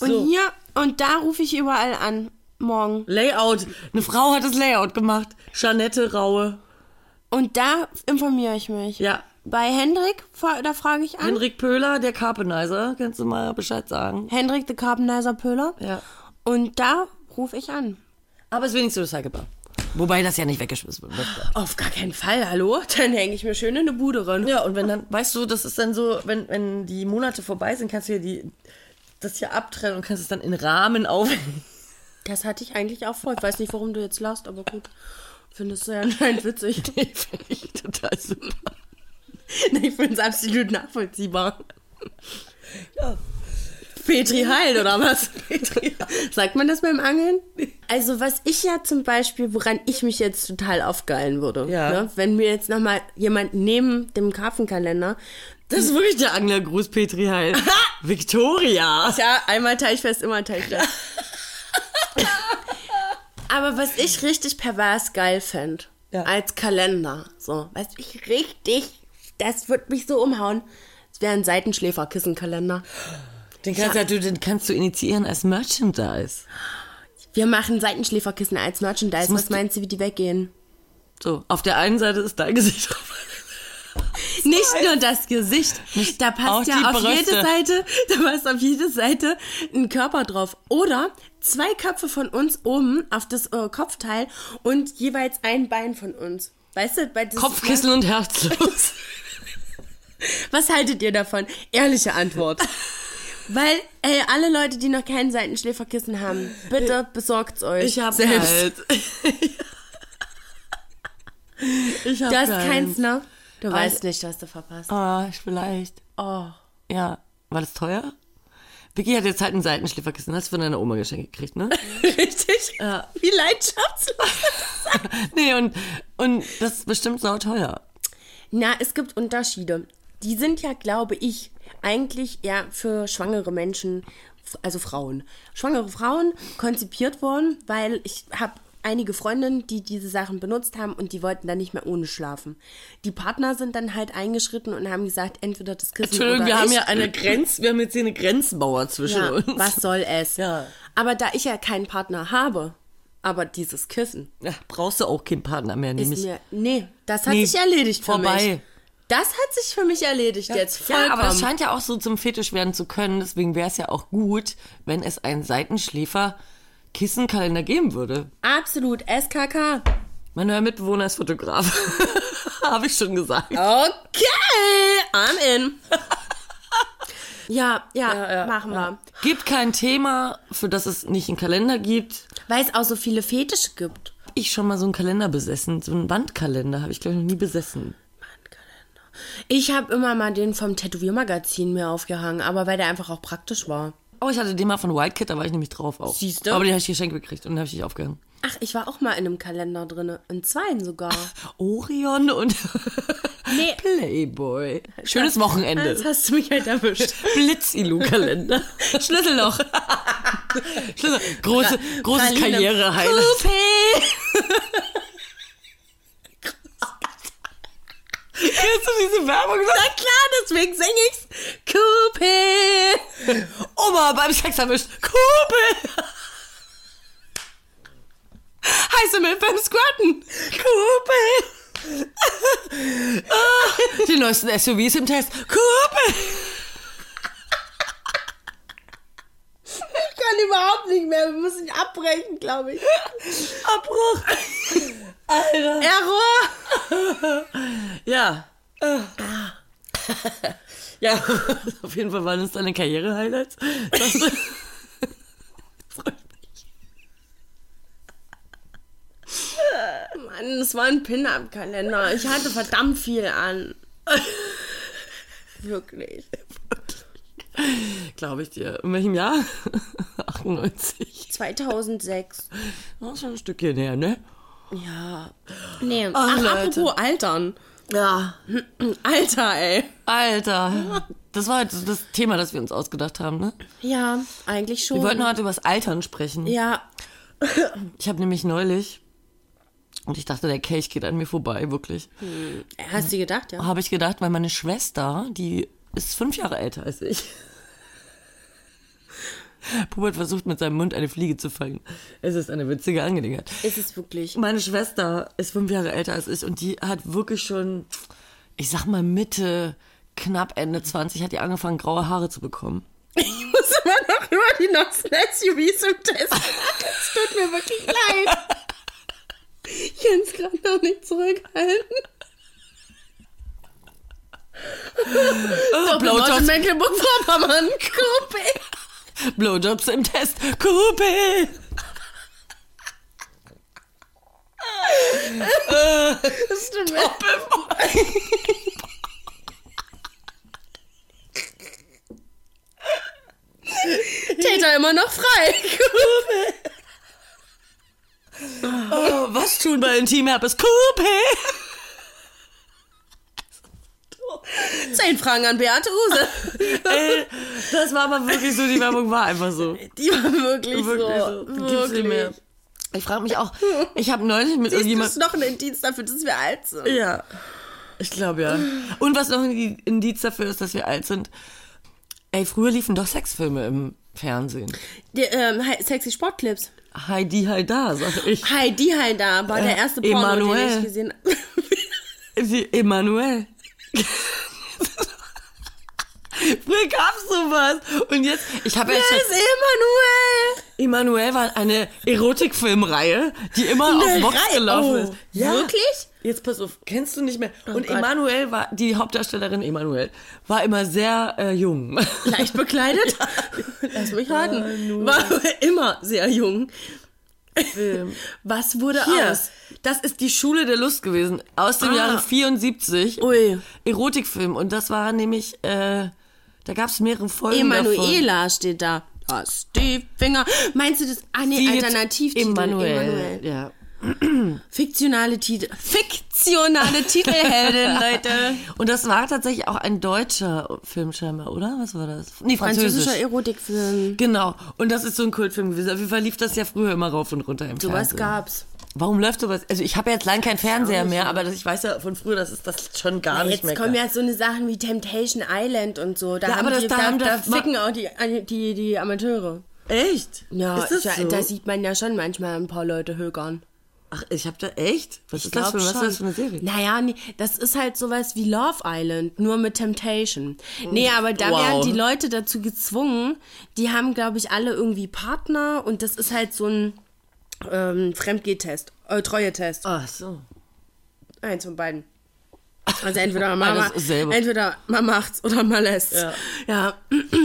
S2: Und hier, und da rufe ich überall an. Morgen.
S1: Layout. Eine Frau hat das Layout gemacht. Janette Raue.
S2: Und da informiere ich mich.
S1: Ja.
S2: Bei Hendrik, fra- da frage ich an. Hendrik,
S1: Henrik Pöhler, der Carpenizer. Kannst du mal Bescheid sagen?
S2: the Carbonizer Pöhler.
S1: Ja.
S2: Und da rufe ich an.
S1: Aber es ist wenigstens recycelbar. Wobei das ja nicht weggeschmissen wird. ne? das bleibt.
S2: Auf gar keinen Fall, hallo? Dann hänge ich mir schön in eine Bude rein.
S1: Ja, und wenn dann, weißt du, das ist dann so, wenn, wenn die Monate vorbei sind, kannst du ja die, das hier abtrennen und kannst es dann in Rahmen aufhängen.
S2: Das hatte ich eigentlich auch vor. Ich weiß nicht, warum du jetzt lachst, aber gut. Findest du ja anscheinend witzig.
S1: Nee, finde ich total super.
S2: Nee, ich finde es absolut nachvollziehbar. Petri Heil, oder was? Petri Sagt man das beim Angeln? Also, was ich ja zum Beispiel, woran ich mich jetzt total aufgeilen würde,
S1: Ja.
S2: ne? wenn mir jetzt nochmal jemand neben dem Karpfenkalender,
S1: Das ist wirklich der Anglergruß, Petri Heil. Victoria!
S2: tja, einmal Teichfest, immer Teichfest. Aber was ich richtig pervers geil fänd,
S1: Ja.
S2: als Kalender, so, was ich richtig, das wird mich so umhauen, es wäre ein Seitenschläferkissenkalender.
S1: Den kannst, ja. du, den kannst du initiieren als Merchandise.
S2: Wir machen Seitenschläferkissen als Merchandise.
S1: muss
S2: Was meinst du, wie die weggehen?
S1: So, auf der einen Seite ist dein Gesicht drauf.
S2: Nicht nur das Gesicht. Da
S1: auch
S2: passt
S1: die
S2: ja auf
S1: Brüste.
S2: jede Seite, da passt auf jede Seite ein Körper drauf. Oder zwei Köpfe von uns oben auf das äh, Kopfteil und jeweils ein Bein von uns. Weißt du, bei dieses-
S1: Kopfkissen und herzlos.
S2: Was haltet ihr davon? Ehrliche Antwort. Weil, ey, alle Leute, die noch keinen Seitenschläferkissen haben, bitte besorgt's euch.
S1: Ich hab
S2: selbst.
S1: ich hab
S2: Du hast
S1: keinen.
S2: keins, ne? Du
S1: Aber-
S2: weißt nicht, was du verpasst.
S1: Ah, vielleicht.
S2: Oh.
S1: Ja, war das teuer? Vicky hat jetzt halt einen Seitenschläferkissen. Hast du von deiner Oma geschenkt gekriegt, ne?
S2: Richtig? Wie leidenschaftslos.
S1: nee, und, und das ist bestimmt sauteuer.
S2: Na, es gibt Unterschiede. Die sind ja, glaube ich, eigentlich eher für schwangere Menschen, f- also Frauen. Schwangere Frauen konzipiert worden, weil ich habe einige Freundinnen, die diese Sachen benutzt haben und die wollten dann nicht mehr ohne schlafen. Die Partner sind dann halt eingeschritten und haben gesagt, entweder das Kissen oder ich.
S1: eine Grenz, wir haben jetzt hier eine Grenzmauer zwischen
S2: Ja, was soll es?
S1: Ja.
S2: Aber da ich ja keinen Partner habe, aber dieses Kissen
S1: Ja, brauchst du auch keinen Partner mehr,
S2: ist
S1: nämlich.
S2: mir, nee, das hat
S1: Nee,
S2: sich erledigt für mich.
S1: vorbei.
S2: Das hat sich für mich erledigt jetzt vollkommen.
S1: Ja, aber das scheint ja auch so zum Fetisch werden zu können. Deswegen wäre es ja auch gut, wenn es einen Seitenschläfer Kissenkalender geben würde.
S2: Absolut, SKK.
S1: Mein neuer Mitbewohner ist Fotograf. Habe ich schon gesagt.
S2: Okay, I'm in. ja, ja, machen wir.
S1: Gibt kein Thema, für das es nicht einen Kalender gibt.
S2: Weil es auch so viele Fetische gibt.
S1: Hab ich schon mal so einen Kalender besessen, so einen Wandkalender habe ich glaube ich noch nie besessen.
S2: Ich habe immer mal den vom Tätowiermagazin mir aufgehangen, aber weil der einfach auch praktisch war.
S1: Oh, ich hatte den mal von White Kid, da war ich nämlich drauf auch.
S2: Siehste?
S1: Aber den habe ich geschenkt gekriegt und den habe ich nicht aufgehangen.
S2: Ach, ich war auch mal in einem Kalender drin, in zweien sogar.
S1: Orion und
S2: Nee.
S1: Playboy. Schönes
S2: Jetzt
S1: Wochenende.
S2: hast du mich halt erwischt.
S1: Blitz-Ilu-Kalender. Schlüsselloch. Schlüssel. Große, großes
S2: Praline.
S1: Karrierehighlight. Kennst du diese Werbung?
S2: Na klar, deswegen sing ich's. Coupé.
S1: Oma beim Sex erwischt. Kumpel. Heiße Milch beim Squatten. Kumpel. Ah, die neuesten SUVs im Test. Kumpel.
S2: Ich kann überhaupt nicht mehr. Wir müssen abbrechen, glaube ich.
S1: Abbruch. Alter.
S2: Error.
S1: Ja. ja, auf jeden Fall waren es deine Karriere-Highlights. Das-
S2: Mann, das war ein Pin-Up-Kalender. Ich hatte verdammt viel an. Wirklich.
S1: Glaube ich dir. In welchem Jahr? 98.
S2: 2006.
S1: Das ist schon ein Stückchen her, ne?
S2: Ja.
S4: Nee.
S2: Ach,
S1: Leute.
S2: apropos Altern. Oh, Ja. Alter, ey.
S1: Alter. Das war halt so das Thema, das wir uns ausgedacht haben, ne?
S2: Ja, eigentlich schon.
S1: Wir wollten heute über das Altern sprechen.
S2: ja.
S1: Ich habe nämlich neulich, und ich dachte, der Kelch geht an mir vorbei, wirklich.
S2: Hast du gedacht, ja?
S1: Habe ich gedacht, weil meine Schwester, die ist fünf Jahre älter als ich. Pubert versucht mit seinem Mund eine Fliege zu fangen. Es ist eine witzige Angelegenheit.
S2: Ist es wirklich.
S1: Meine Schwester ist fünf Jahre älter als ich und die hat wirklich schon, ich sag mal Mitte, knapp Ende 20, hat die angefangen, graue Haare zu bekommen.
S2: Ich muss immer noch über die neuesten SUVs im Test. Es tut mir wirklich leid. Ich kann es gerade noch nicht zurückhalten. Oh, Leute,
S1: Blowjobs,
S2: Mecklenburg-Vorpommern. Gruppe.
S1: Blowjobs im Test. Kumpel!
S2: Das tut mir Täter immer noch frei.
S1: Oh, was tun bei Intimherpes? Kumpel!
S2: Zehn Fragen an Beate Use.
S1: Ey, das war aber wirklich so, die Werbung war einfach so.
S2: Die war wirklich,
S1: Wirklich
S2: so.
S1: so. Gibt's nicht mehr. Ich frage mich auch, ich habe neulich mit
S2: Siehst du, ist
S1: irgendjemandem.
S2: noch ein Indiz dafür, dass wir alt sind.
S1: Ja. Ich glaube ja. Und was noch ein Indiz dafür ist, dass wir alt sind. Ey, früher liefen doch Sexfilme im Fernsehen.
S2: Die, ähm, hi- sexy Sportclips.
S1: Heidi, hi da, sag ich.
S2: Heidi halt da war der erste Porno,
S1: Äh, Emanuel.
S2: den ich gesehen habe.
S1: Sie, Emanuel. Früher gab's sowas. Und jetzt, ich habe ja
S2: Wer ist Emanuel?
S1: Emanuel war eine Erotikfilmreihe, die immer auf
S2: Eine
S1: Vox
S2: Reihe?
S1: gelaufen
S2: Oh,
S1: ist.
S2: wirklich?
S1: Jetzt pass auf, kennst du nicht mehr. Und
S2: Oh Gott.
S1: Emanuel war, die Hauptdarstellerin Emanuel, war immer sehr äh, jung.
S2: Leicht bekleidet? Lass mich raten. War immer sehr jung. Was wurde
S1: Hier,
S2: aus?
S1: das ist die Schule der Lust gewesen, aus dem
S2: Ah.
S1: Jahre 74.
S2: Ui.
S1: Erotikfilm. Und das war nämlich, äh, da gab's mehrere Folgen davon.
S2: Emanuela steht da. Hast die Finger. Meinst du das? Ah, nee,
S1: Die-
S2: Alternativtitel.
S1: Emanuel. Ja.
S2: Fiktionale Titel. Fiktionale Titelheldin, Leute.
S1: Und das war tatsächlich auch ein deutscher Film scheinbar, oder? Was war das? Nee, französisch.
S2: Französischer Erotikfilm.
S1: Genau. Und das ist so ein Kultfilm gewesen. Auf jeden Fall lief das ja früher immer rauf und runter im
S2: Sowas
S1: Fernsehen.
S2: gab's.
S1: Warum läuft sowas? Also ich habe ja jetzt lange keinen Fernseher mehr, aber das, ich weiß ja von früher, dass es das schon gar nicht mehr
S2: Jetzt kommen
S1: gab.
S2: ja so eine Sachen wie Temptation Island und so. Da,
S1: Ja,
S2: haben
S1: aber das-
S2: die,
S1: da
S2: da,
S1: haben
S2: da,
S1: das ma-
S2: ficken auch die, äh, die, die Amateure.
S1: Echt?
S2: Ja,
S1: ist das
S2: da,
S1: so?
S2: da sieht man ja schon manchmal ein paar Leute högern.
S1: Ach, ich habe da echt? Was
S2: Ich
S1: ist das für, was
S2: glaub
S1: ist
S2: schon.
S1: das für eine Serie?
S2: Naja, nee, das ist halt sowas wie Love Island, nur mit Temptation. Nee, aber da
S1: Wow.
S2: werden die Leute dazu gezwungen. Die haben, glaube ich, alle irgendwie Partner und das ist halt so ein ähm, Fremdgehtest, äh, Treue-Test.
S1: Ach so.
S2: Eins von beiden. Also entweder man,
S1: Alles
S2: macht,
S1: selber.
S2: entweder man macht's oder man lässt.
S1: Ja.
S2: ja.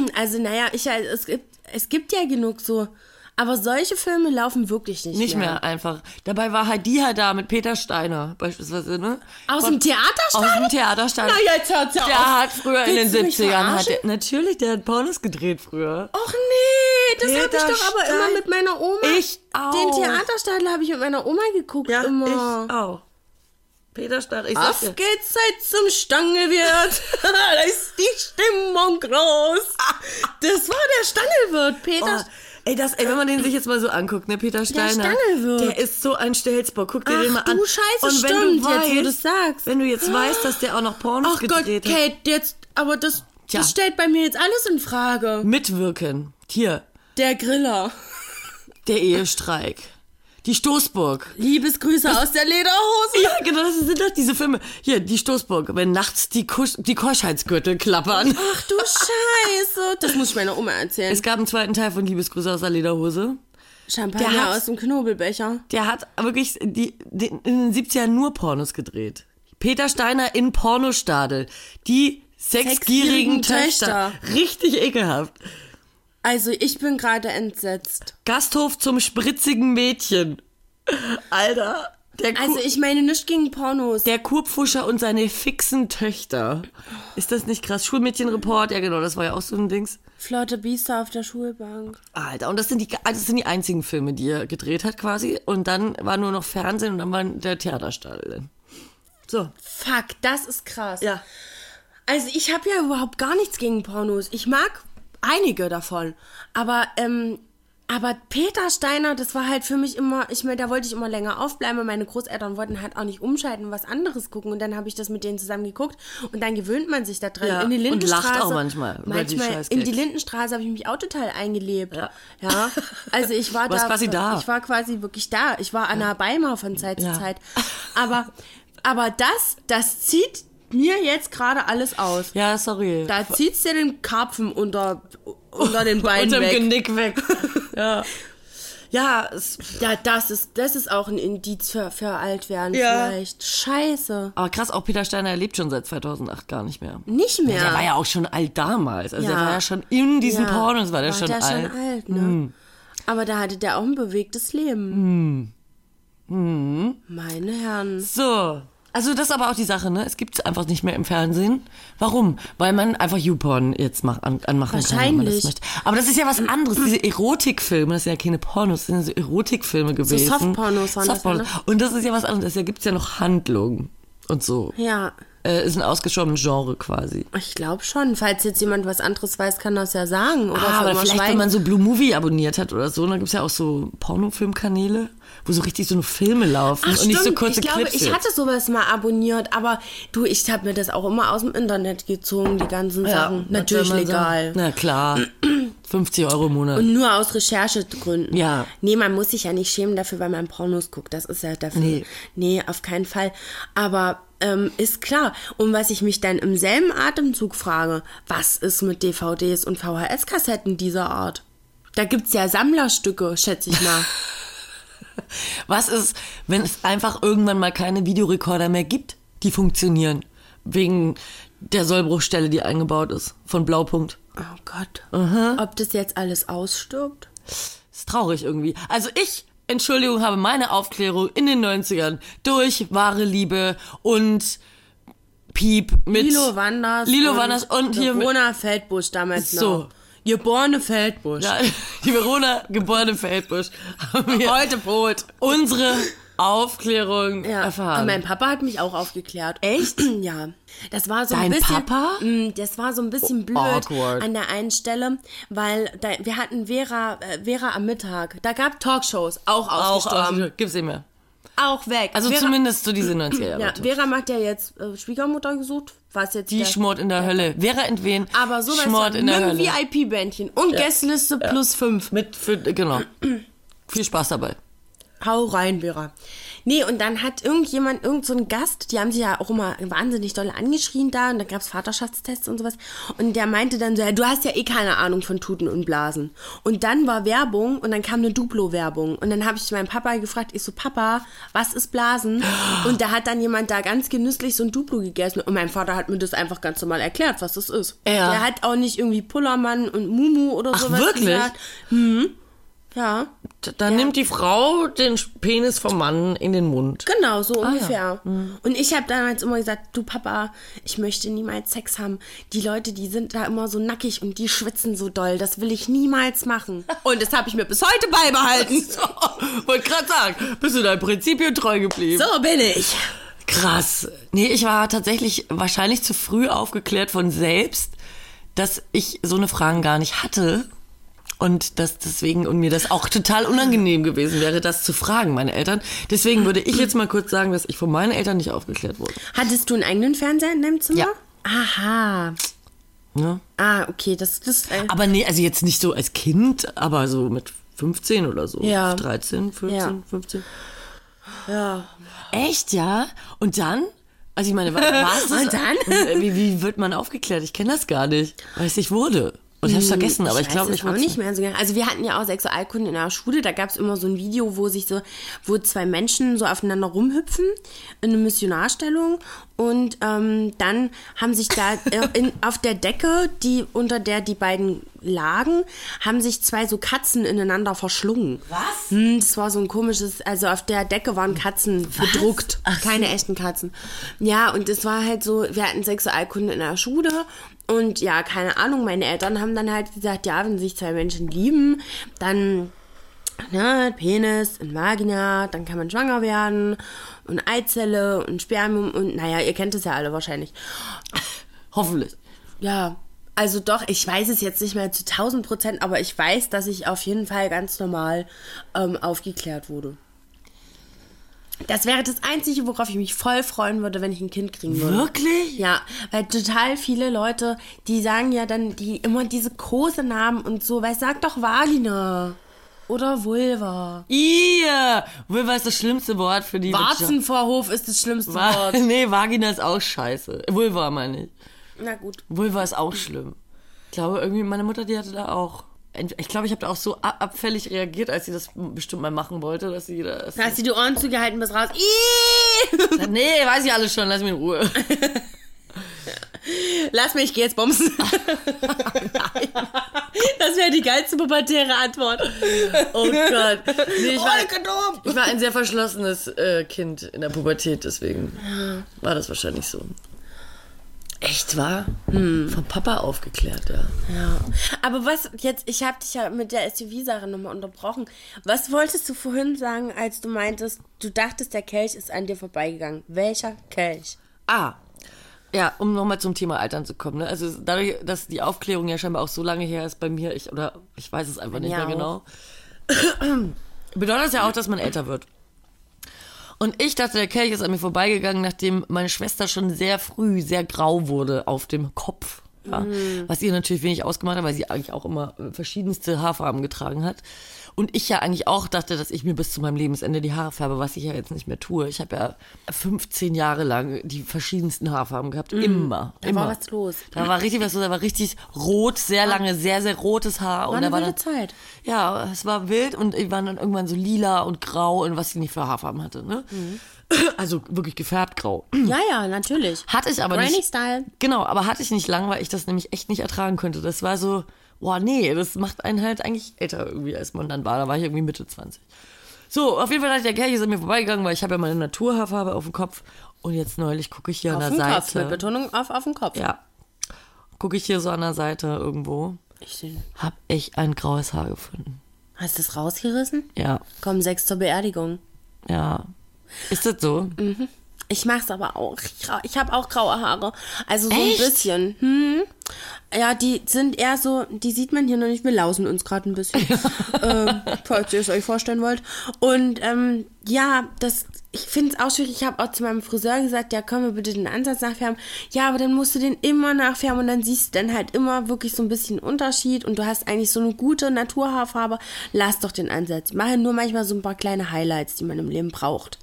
S2: Also naja, ich, halt- es, gibt, es gibt ja genug so. Aber solche Filme laufen wirklich nicht,
S1: Nicht mehr einfach. Dabei war halt die halt da mit Peter Steiner beispielsweise, ne?
S2: Aus
S1: Von-
S2: dem Theaterstadion?
S1: Aus dem Theaterstadion.
S2: Na, jetzt hört's ja
S1: Der
S2: auf.
S1: hat früher
S2: Willst du
S1: in den
S2: mich
S1: 70ern, hat
S2: verarschen?
S1: der, natürlich, der hat Pornos gedreht früher.
S2: Och nee, das habe
S1: Peter
S2: ich doch aber
S1: Stein.
S2: immer mit meiner Oma.
S1: Ich auch.
S2: Den Theaterstadel habe ich mit meiner Oma geguckt
S1: ja,
S2: immer.
S1: ich auch. Peter Steiner, ich
S2: Auf
S1: sag dir.
S2: geht's halt zum Stangewirt. da ist die Stimmung groß. Das war der Stangelwirt, Peter.
S1: Oh, ey, das, ey, wenn man den sich jetzt mal so anguckt, ne, Peter Steiner,
S2: Stangelwirt.
S1: der ist so ein Stelzbock. Guck dir
S2: Ach,
S1: den mal an.
S2: du Scheiße,
S1: Und wenn
S2: stimmt,
S1: du
S2: jetzt,
S1: weißt,
S2: wo du's sagst.
S1: Wenn du jetzt weißt, dass der auch noch Pornos
S2: Ach Gott,
S1: gedreht hat.
S2: Kate, jetzt, aber das,
S1: Tja.
S2: das stellt bei mir jetzt alles in Frage.
S1: Mitwirken. Hier,
S2: Der Griller.
S1: der Ehestreik. Die Stoßburg.
S2: Liebesgrüße aus der Lederhose.
S1: Ja, genau, das sind doch diese Filme. Hier, die Stoßburg, wenn nachts die, Kusch, die Keuschheitsgürtel klappern.
S2: Ach du Scheiße. Das muss ich meiner Oma erzählen.
S1: Es gab einen zweiten Teil von Liebesgrüße aus der Lederhose. Der
S2: Champagner
S1: hat's-
S2: aus dem Knobelbecher.
S1: Der hat wirklich die, die, in den 70ern nur Pornos gedreht. Peter Steiner in Pornostadel. Die sechsgierigen
S2: Sechsgierigen
S1: Töchter. Richtig ekelhaft.
S2: Also ich bin gerade entsetzt.
S1: Gasthof zum spritzigen Mädchen. Alter. Der, Ku
S2: Also ich meine nicht gegen Pornos.
S1: der Kurpfuscher und seine fixen Töchter. Ist das nicht krass? Schulmädchenreport, ja genau, das war ja auch so ein Dings.
S2: Flotte Biester auf der Schulbank.
S1: Alter, und das sind, die, also das sind die einzigen Filme, die er gedreht hat quasi. Und dann war nur noch Fernsehen und dann war der Theaterstadel. So.
S2: Fuck, das ist krass.
S1: Ja.
S2: Also ich habe ja überhaupt gar nichts gegen Pornos. Ich mag einige davon. Aber, ähm, aber Peter Steiner, das war halt für mich immer, ich meine, da wollte ich immer länger aufbleiben und meine Großeltern wollten halt auch nicht umschalten und was anderes gucken. Und dann habe ich das mit denen zusammen geguckt und dann gewöhnt man sich da dran.
S1: Ja,
S2: in die
S1: und lacht auch
S2: Lindenstraße.
S1: manchmal über die
S2: Manchmal in
S1: Scheißgags.
S2: die Lindenstraße habe ich mich auch total eingelebt.
S1: Ja.
S2: Ja. Also ich war
S1: Du warst
S2: da.
S1: quasi da.
S2: Ich war quasi wirklich da. Ich war Anna Beimer von Zeit zu
S1: Ja.
S2: Zeit. Aber, aber das, das zieht mir jetzt gerade alles aus.
S1: Ja, sorry.
S2: Da zieht's dir den Karpfen unter, unter den Beinen
S1: Unterm
S2: weg.
S1: Genick weg. ja. Ja, es,
S2: Ja, das ist, das ist auch ein Indiz für, für alt werden
S1: Ja.
S2: vielleicht. Scheiße.
S1: aber krass, auch Peter Steiner er lebt schon seit 2008 gar nicht mehr.
S2: Nicht mehr.
S1: Der war ja auch schon alt damals. Also der
S2: Ja.
S1: war ja schon in diesen
S2: Ja,
S1: Pornos war der schon
S2: der
S1: alt. Mhm.
S2: schon alt, ne? Aber da hatte der auch ein bewegtes Leben.
S1: Mhm.
S2: Meine Herren.
S1: So. Also das ist aber auch die Sache, ne? Es gibt es einfach nicht mehr im Fernsehen. Warum? Weil man einfach YouPorn jetzt mach, an, anmachen kann, wenn man das
S2: Wahrscheinlich.
S1: möchte. Aber das ist ja was anderes. Diese Erotikfilme, das sind ja keine Pornos, das sind so Erotikfilme gewesen.
S2: Softpornos waren das,
S1: Softpornos. Und das ist ja was anderes. Da gibt es ja noch Handlungen und so.
S2: Ja,
S1: Äh, ist ein ausgestorbenes Genre quasi.
S2: ich glaube schon. Falls jetzt jemand was anderes weiß, kann das ja sagen. Oder
S1: Ah,
S2: soll
S1: aber
S2: man
S1: vielleicht, wenn
S2: schweigen?
S1: man so Blue Movie abonniert hat oder so, dann gibt's ja auch so Pornofilmkanäle, wo so richtig so eine Filme laufen und nicht so kurze
S2: ich glaube,
S1: Clips.
S2: ich
S1: jetzt.
S2: hatte sowas mal abonniert, aber du, ich habe mir das auch immer aus dem Internet gezogen, die ganzen Sachen.
S1: was soll
S2: Natürlich
S1: man
S2: legal.
S1: sagen? Na klar, 50 Euro im Monat.
S2: Und nur aus Recherchegründen.
S1: Ja.
S2: Nee, man muss sich ja nicht schämen dafür, weil man Pornos guckt. Das ist ja dafür.
S1: Nee.
S2: Nee, auf keinen Fall. Aber ähm, ist klar. Und was ich mich dann im selben Atemzug frage, was ist mit DVDs und VHS-Kassetten dieser Art? Da gibt's ja Sammlerstücke, schätze ich mal.
S1: Was ist, wenn es einfach irgendwann mal keine Videorekorder mehr gibt, die funktionieren? Wegen der Sollbruchstelle, die eingebaut ist, von Blaupunkt.
S2: oh Gott. Ob das jetzt alles ausstirbt?
S1: Ist traurig irgendwie. Also ich, Entschuldigung, habe meine Aufklärung in den 90ern durch wahre Liebe und Piep mit
S2: Lilo Wanders.
S1: Lilo Wanders und hier mit,
S2: Verona Feldbusch damals
S1: So.
S2: noch. Geborene Feldbusch.
S1: ja, die Verona geborene Feldbusch haben wir
S2: Heute Brot.
S1: unsere Aufklärung
S2: Ja. Und
S1: erfahren.
S2: mein Papa hat mich auch aufgeklärt. Echt? Ja. Das war so
S1: Dein
S2: ein bisschen.
S1: Papa? Oh,
S2: Mm, Das war so ein bisschen blöd
S1: awkward.
S2: an der einen Stelle, weil da, wir hatten Vera, äh, Vera am Mittag. Da gab Talkshows, auch
S1: auch, auch
S2: ausgestorben.
S1: gibt's nicht mehr.
S2: Auch, weg.
S1: Also
S2: Vera,
S1: zumindest so diese 90er Jahre.
S2: Ja, Vera macht ja jetzt äh, Schwiegermutter gesucht, was jetzt
S1: Die
S2: der,
S1: Schmort in der Hölle. Vera entwen.
S2: aber sowas
S1: Schmort
S2: von
S1: in der
S2: mit
S1: Hölle.
S2: VIP-Bändchen und Gästeliste plus fünf.
S1: Mit, für, genau. Viel Spaß dabei.
S2: Hau rein, Vera. Nee, und dann hat irgendjemand, irgend so ein Gast, die haben sich ja auch immer wahnsinnig doll angeschrien da und da gab es Vaterschaftstests und sowas. Und der meinte dann so, ja, du hast ja eh keine Ahnung von Tuten und Blasen. Und dann war Werbung und dann kam eine Duplo-Werbung. Und dann habe ich meinen Papa gefragt, ich so, Papa, was ist Blasen? Und da hat dann jemand da ganz genüsslich so ein Duplo gegessen. Und mein Vater hat mir das einfach ganz normal erklärt, was das ist.
S1: Ja.
S2: Der hat auch nicht irgendwie Pullermann und Mumu oder
S1: Ach,
S2: sowas
S1: wirklich?
S2: gesagt. Hm. Ja,
S1: Dann nimmt die Frau den Penis vom Mann in den Mund.
S2: Genau, so ungefähr. Und ich habe damals immer gesagt, du Papa, ich möchte niemals Sex haben. Die Leute, die sind da immer so nackig und die schwitzen so doll. Das will ich niemals machen. Und das habe ich mir bis heute beibehalten.
S1: So, wollte gerade sagen, bist du deinem Prinzipien treu geblieben.
S2: So bin ich.
S1: Krass. Nee, ich war tatsächlich wahrscheinlich zu früh aufgeklärt von selbst, dass ich so eine Fragen gar nicht hatte. Und dass deswegen und mir das auch total unangenehm gewesen wäre, das zu fragen, meine Eltern. Deswegen würde ich jetzt mal kurz sagen, dass ich von meinen Eltern nicht aufgeklärt wurde.
S2: Hattest du einen eigenen Fernseher in deinem Zimmer?
S1: Ja.
S2: Aha.
S1: Ja.
S2: Ah, okay, das das. Äh,
S1: Aber nee, also jetzt nicht so als Kind, aber so mit 15 oder so.
S2: Ja.
S1: 13, 14,
S2: Ja.
S1: 15.
S2: ja.
S1: Echt, ja? Und dann? Also ich meine, wa- was ist
S2: Und dann?
S1: Äh, Wie, wie wird man aufgeklärt? Ich kenne das gar nicht, weil ich nicht wurde. Und ich habe es vergessen, aber ich
S2: weiß
S1: glaube,
S2: es
S1: ich
S2: auch
S1: Hm, wurde
S2: nicht mehr so genau. Also wir hatten ja auch Sexualkunde in der Schule, da gab es immer so ein Video, wo sich so, wo zwei Menschen so aufeinander rumhüpfen in einer Missionarstellung und ähm, dann haben sich da äh, in, auf der Decke, die unter der die beiden lagen, haben sich zwei so Katzen ineinander verschlungen. Was? Hm, das war so ein komisches, also auf der Decke waren Katzen gedruckt, keine echten Katzen. Ja, und es war halt so, wir hatten Sexualkunde in der Schule und ja, keine Ahnung, meine Eltern haben dann halt gesagt, ja, wenn sich zwei Menschen lieben, dann ne, Penis und Vagina, dann kann man schwanger werden und Eizelle und Spermium und naja, ihr kennt es ja alle wahrscheinlich.
S1: Hoffentlich.
S2: Ja, also doch, ich weiß es jetzt nicht mehr zu 1000 Prozent, aber ich weiß, dass ich auf jeden Fall ganz normal ähm, aufgeklärt wurde. Das wäre das Einzige, worauf ich mich voll freuen würde, wenn ich ein Kind kriegen würde.
S1: Wirklich?
S2: Ja, weil total viele Leute, die sagen ja dann die immer diese großen Namen und so, weil sag doch Vagina oder Vulva.
S1: Ihr! Vulva ist das schlimmste Wort für die
S2: Warzenvorhof ist das schlimmste
S1: Va
S2: Wort.
S1: nee, Vagina ist auch scheiße. Vulva meine ich.
S2: Na gut.
S1: Vulva ist auch schlimm. Ich glaube, irgendwie meine Mutter, die hatte da auch. Ich glaube, ich habe da auch so ab- abfällig reagiert, als sie das bestimmt mal machen wollte, dass sie das.
S2: Da hast du die Ohren zugehalten bis raus. Ih!
S1: Nee, weiß ich alles schon, lass mich in Ruhe.
S2: Lass mich, ich geh jetzt bumsen. Nein. Das wäre die geilste pubertäre Antwort.
S1: Oh Gott. Nee, ich,
S2: Volker
S1: war, ich war ein sehr verschlossenes äh, Kind in der Pubertät, deswegen war das wahrscheinlich so. Hm. Echt wahr? Vom Papa aufgeklärt, ja.
S2: Ja. Aber was jetzt, ich habe dich ja mit der SUV-Sache nochmal unterbrochen. Was wolltest du vorhin sagen, als du meintest, du dachtest, der Kelch ist an dir vorbeigegangen? Welcher Kelch?
S1: Ah. Ja, um nochmal zum Thema Altern zu kommen. Ne? Also es- dadurch, dass die Aufklärung ja scheinbar auch so lange her ist bei mir, ich, oder ich weiß es einfach nicht
S2: Ja,
S1: mehr genau, bedeutet es ja auch, dass man älter wird. Und ich dachte, der Kelch ist an mir vorbeigegangen, nachdem meine Schwester schon sehr früh sehr grau wurde auf dem Kopf. Ja?
S2: Mhm.
S1: Was ihr natürlich wenig ausgemacht hat, weil sie eigentlich auch immer äh, verschiedenste Haarfarben getragen hat. Und ich ja eigentlich auch dachte, dass ich mir bis zu meinem Lebensende die Haare färbe, was ich ja jetzt nicht mehr tue. Ich habe ja 15 Jahre lang die verschiedensten Haarfarben gehabt. Immer. Da immer.
S2: Mhm. war was los.
S1: Da war richtig was los. Da war richtig rot, sehr lange, sehr, sehr rotes Haar.
S2: War
S1: und da
S2: eine
S1: war
S2: wilde
S1: dann,
S2: Zeit.
S1: ja, es war wild und die waren dann irgendwann so lila und grau und was sie nicht für Haarfarben hatte. Ne? Also wirklich gefärbt grau.
S2: Ja, ja, natürlich.
S1: Hatte ich Mm. aber
S2: Granny
S1: nicht.
S2: Style.
S1: Genau, aber hatte ich nicht lang, weil ich das nämlich echt nicht ertragen könnte. Das war so, boah, nee, das macht einen halt eigentlich älter irgendwie, als man dann war. Da war ich irgendwie Mitte 20. So, auf jeden Fall dachte ich, der Kerl ist an mir vorbeigegangen, weil ich habe ja meine Naturhaarfarbe auf dem Kopf. Und jetzt neulich gucke ich hier
S2: Auf
S1: an
S2: dem
S1: der
S2: Kopf, mit
S1: Seite.
S2: Betonung auf, auf dem Kopf.
S1: ja. Gucke ich hier so an der Seite irgendwo.
S2: Ich seh.
S1: Hab ich ein graues Haar gefunden.
S2: Hast du es rausgerissen?
S1: Ja,
S2: Komm, sechs zur Beerdigung.
S1: ja. Ist das so?
S2: Ich mach's aber auch. Ich, ra- ich habe auch graue Haare. Also so
S1: Echt?
S2: ein bisschen. Hm. Ja, die sind eher so, die sieht man hier noch nicht. Wir lausen uns gerade ein bisschen. ähm, falls ihr es euch vorstellen wollt. Und ähm, ja, das, ich finde es auch schwierig. Ich habe auch zu meinem Friseur gesagt, ja, können wir bitte den Ansatz nachfärben. Ja, aber dann musst du den immer nachfärben und dann siehst du dann halt immer wirklich so ein bisschen Unterschied und du hast eigentlich so eine gute Naturhaarfarbe. Lass doch den Ansatz. Mache nur manchmal so ein paar kleine Highlights, die man im Leben braucht.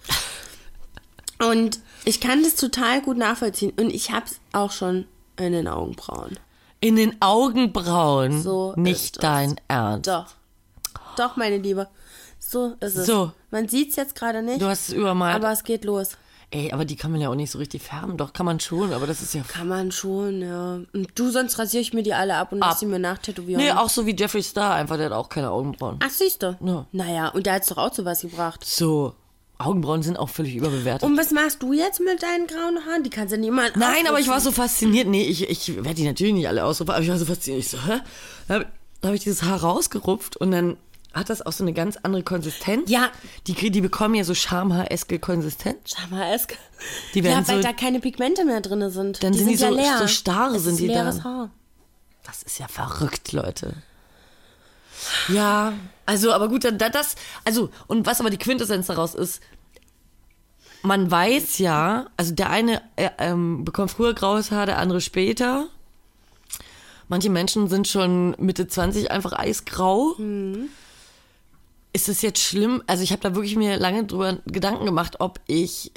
S2: Und ich kann das total gut nachvollziehen. Und ich hab's auch schon in den Augenbrauen.
S1: In den Augenbrauen.
S2: So ist
S1: Nicht
S2: es.
S1: dein Ernst.
S2: Doch. Doch, meine Liebe. So ist es.
S1: So.
S2: Man sieht's jetzt gerade nicht.
S1: Du hast es übermalt.
S2: Aber es geht los.
S1: Ey, aber die kann man ja auch nicht so richtig färben. Doch, kann man schon, aber das ist ja.
S2: Kann man schon, ja. Und du, sonst rasiere ich mir die alle ab und
S1: Ab.
S2: lass sie mir nachtätowieren.
S1: Nee, auch so wie Jeffree Star, einfach, der hat auch keine Augenbrauen.
S2: Ach, siehst du?
S1: Ja.
S2: Naja, und da hat's doch auch zu was gebracht.
S1: So, Augenbrauen sind auch völlig überbewertet.
S2: Und was machst du jetzt mit deinen grauen Haaren? Die kannst du niemand.
S1: Nein, aber ich war
S2: aufrüsten.
S1: so fasziniert. Nee, ich, ich werde die natürlich nicht alle ausrufen, aber ich war so fasziniert. Ich so, hä? Da habe hab ich dieses Haar rausgerupft und dann hat das auch so eine ganz andere Konsistenz.
S2: Ja.
S1: Die, krie- die bekommen ja so schamhaareske Konsistenz.
S2: Sag mal, es.
S1: Die werden
S2: ja, weil
S1: so-
S2: da keine Pigmente mehr drin sind.
S1: Dann
S2: die
S1: sind die
S2: ja
S1: so-
S2: leer.
S1: so starr
S2: es
S1: sind
S2: ist
S1: die
S2: leeres
S1: dann.
S2: Haar.
S1: Das ist ja verrückt, Leute. Ja, also, aber gut, da, da- das, also, und was aber die Quintessenz daraus ist, man weiß ja, also der eine äh, ähm, bekommt früher graues Haar, der andere später. Manche Menschen sind schon Mitte 20 einfach eisgrau.
S2: Mhm.
S1: Ist es jetzt schlimm? Also ich habe da wirklich mir lange drüber Gedanken gemacht, ob ich,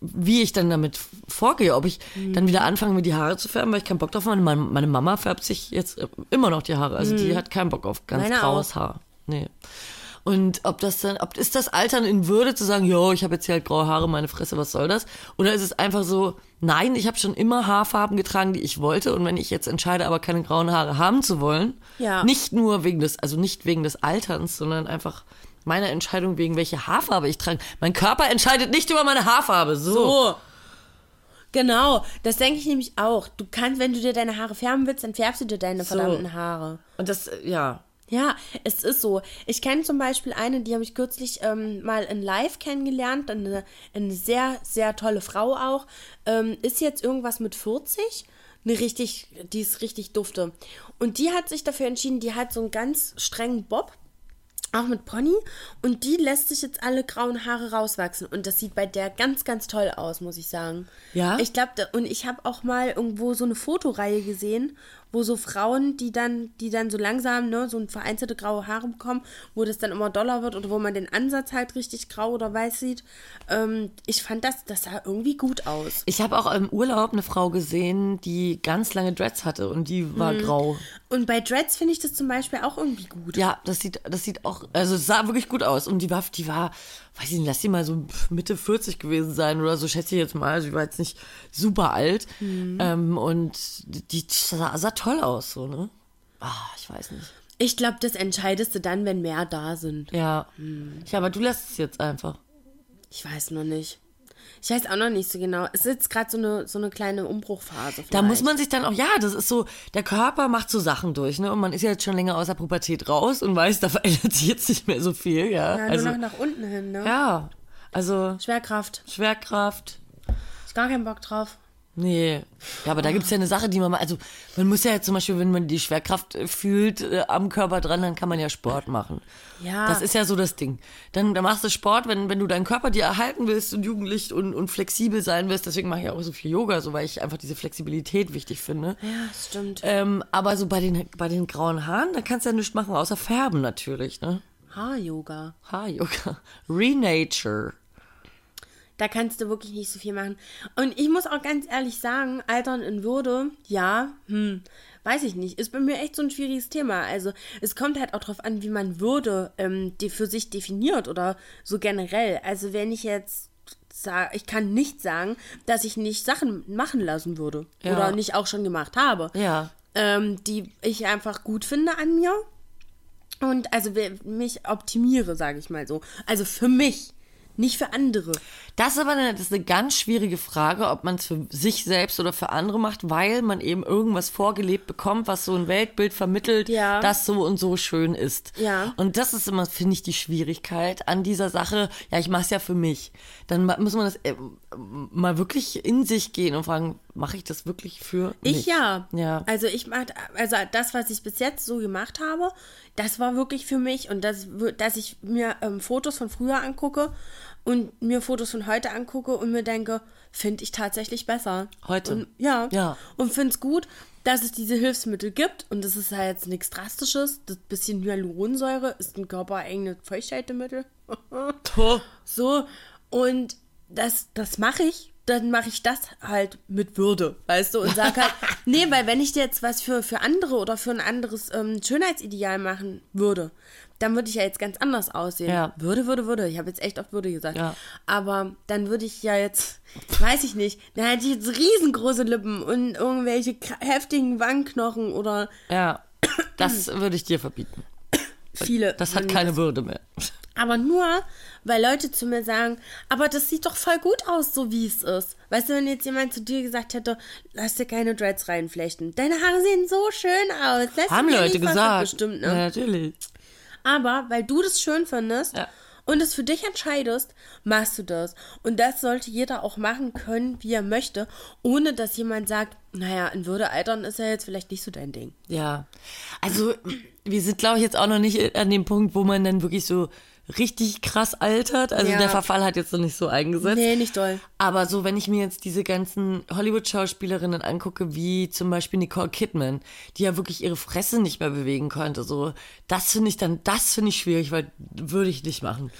S1: wie ich dann damit vorgehe, ob ich
S2: Mhm.
S1: dann wieder anfange, mir die Haare zu färben, weil ich keinen Bock drauf habe. Meine, meine Mama färbt sich jetzt äh, immer noch die Haare. Also die hat keinen Bock auf ganz
S2: Mhm. Meine
S1: graues
S2: auch.
S1: Haar. Nee. Und ob das dann, ob ist das Altern in Würde zu sagen, jo, ich habe jetzt hier halt graue Haare, meine Fresse, was soll das? Oder ist es einfach so, nein, ich habe schon immer Haarfarben getragen, die ich wollte und wenn ich jetzt entscheide, aber keine grauen Haare haben zu wollen,
S2: Ja.
S1: nicht nur wegen des, also nicht wegen des Alterns, sondern einfach meiner Entscheidung wegen welche Haarfarbe ich trage. Mein Körper entscheidet nicht über meine Haarfarbe. So.
S2: So. Genau, das denke ich nämlich auch. Du kannst, wenn du dir deine Haare färben willst, dann färbst du dir deine verdammten Haare.
S1: Und das, äh, ja.
S2: Ja, es ist so. Ich kenne zum Beispiel eine, die habe ich kürzlich ähm, mal in Live kennengelernt. Eine, eine sehr, sehr tolle Frau auch. Ähm, ist jetzt irgendwas mit 40. Eine richtig, die ist richtig dufte. Und die hat sich dafür entschieden, die hat so einen ganz strengen Bob. Auch mit Pony. Und die lässt sich jetzt alle grauen Haare rauswachsen. Und das sieht bei der ganz, ganz toll aus, muss ich sagen.
S1: Ja?
S2: Ich glaube, und ich habe auch mal irgendwo so eine Fotoreihe gesehen, wo so Frauen, die dann, die dann so langsam, ne, so ein vereinzelte graue Haare bekommen, wo das dann immer doller wird oder wo man den Ansatz halt richtig grau oder weiß sieht. Ähm, ich fand das, das sah irgendwie gut aus.
S1: Ich habe auch im Urlaub eine Frau gesehen, die ganz lange Dreads hatte und die war grau.
S2: Und bei Dreads finde ich das zum Beispiel auch irgendwie gut.
S1: Ja, das sieht, das sieht auch, also es sah wirklich gut aus. Und die war, die war, weiß ich nicht, lass die mal so Mitte 40 gewesen sein oder so, schätze ich jetzt mal. Also die war jetzt nicht super alt. Ähm, und die sah, sah toll aus, so, ne? Ah, ich weiß nicht.
S2: Ich glaube, das entscheidest du dann, wenn mehr da sind.
S1: Ja. Ja, aber du lässt es jetzt einfach.
S2: Ich weiß noch nicht. Ich weiß auch noch nicht so genau. Es ist jetzt gerade so eine, so eine kleine Umbruchphase.
S1: Da muss
S2: vielleicht.
S1: man sich dann auch, ja, das ist so, der Körper macht so Sachen durch, ne? Und man ist ja jetzt schon länger aus der Pubertät raus und weiß, da verändert sich jetzt nicht mehr so viel, ja.
S2: Ja,
S1: also,
S2: nur noch nach unten hin, ne?
S1: ja. Also,
S2: Schwerkraft.
S1: Schwerkraft,
S2: Ich gar keinen Bock drauf.
S1: Nee. Ja, aber da gibt's ja eine Sache, die man mal. Also, man muss ja jetzt zum Beispiel, wenn man die Schwerkraft äh, fühlt äh, am Körper dran, dann kann man ja Sport machen.
S2: Ja.
S1: Das ist ja so das Ding. Dann, dann machst du Sport, wenn, wenn du deinen Körper dir erhalten willst und jugendlich und, und flexibel sein willst. Deswegen mache ich auch so viel Yoga, so weil ich einfach diese Flexibilität wichtig finde.
S2: Ja, das stimmt.
S1: Ähm, aber so bei den, bei den grauen Haaren, da kannst du ja nichts machen, außer färben natürlich, ne?
S2: 啊 Haar-Yoga.
S1: Haar-Yoga. Renature.
S2: Da kannst du wirklich nicht so viel machen. Und ich muss auch ganz ehrlich sagen, Altern in Würde, ja, hm, weiß ich nicht. Ist bei mir echt so ein schwieriges Thema. Also es kommt halt auch drauf an, wie man Würde ähm, die für sich definiert oder so generell. Also wenn ich jetzt sage, ich kann nicht sagen, dass ich nicht Sachen machen lassen würde
S1: Ja.
S2: oder nicht auch schon gemacht habe.
S1: Ja.
S2: ähm, die ich einfach gut finde an mir und also we- mich optimiere, sage ich mal so. Also für mich, nicht für andere.
S1: Das ist aber eine, das ist eine ganz schwierige Frage, ob man es für sich selbst oder für andere macht, weil man eben irgendwas vorgelebt bekommt, was so ein Weltbild vermittelt,
S2: Ja.
S1: das so und so schön ist.
S2: Ja.
S1: Und das ist immer, finde ich, die Schwierigkeit an dieser Sache. Ja, ich mache es ja für mich. Dann ma- muss man das äh, mal wirklich in sich gehen und fragen, mache ich das wirklich für mich?
S2: Ich ja.
S1: Ja.
S2: Also ich mach, also das, was ich bis jetzt so gemacht habe, das war wirklich für mich und das, wür- dass ich mir ähm, Fotos von früher angucke und mir Fotos von heute angucke und mir denke, finde ich tatsächlich besser.
S1: Heute.
S2: Und, ja.
S1: Ja.
S2: Und finde es gut, dass es diese Hilfsmittel gibt und das ist halt jetzt nichts Drastisches. Das bisschen Hyaluronsäure ist ein körpereigenes Feuchthaltemittel.
S1: Puh.
S2: So, und das, das mache ich, dann mache ich das halt mit Würde, weißt du, und sag halt, nee, weil wenn ich dir jetzt was für, für andere oder für ein anderes ähm, Schönheitsideal machen würde, dann würde ich ja jetzt ganz anders aussehen.
S1: Ja.
S2: Würde, würde, würde. Ich habe jetzt echt oft Würde gesagt.
S1: Ja.
S2: Aber dann würde ich ja jetzt, weiß ich nicht, dann hätte ich jetzt riesengroße Lippen und irgendwelche kr- heftigen Wangenknochen oder
S1: Ja, das würde ich dir verbieten.
S2: viele.
S1: Das hat
S2: wenn-
S1: keine Würde mehr.
S2: Aber nur, weil Leute zu mir sagen, aber das sieht doch voll gut aus, so wie es ist. Weißt du, wenn jetzt jemand zu dir gesagt hätte, lass dir keine Dreads reinflechten. Deine Haare sehen so schön aus. Lass sie
S1: Haben
S2: dir
S1: Leute
S2: nicht machen."
S1: gesagt.
S2: Bestimmt,
S1: Ja,
S2: ne?
S1: natürlich.
S2: Aber weil du das schön findest
S1: Ja.
S2: und es für dich entscheidest, machst du das. Und das sollte jeder auch machen können, wie er möchte, ohne dass jemand sagt, naja, in Würde altern ist ja jetzt vielleicht nicht so dein Ding.
S1: Ja. Also, wir sind, glaube ich, jetzt auch noch nicht an dem Punkt, wo man dann wirklich so richtig krass altert. Also,
S2: Ja.
S1: der Verfall hat jetzt noch nicht so eingesetzt.
S2: Nee, nicht doll.
S1: Aber so, wenn ich mir jetzt diese ganzen Hollywood-Schauspielerinnen angucke, wie zum Beispiel Nicole Kidman, die ja wirklich ihre Fresse nicht mehr bewegen konnte, so, das finde ich dann, das finde ich schwierig, weil würde ich nicht machen.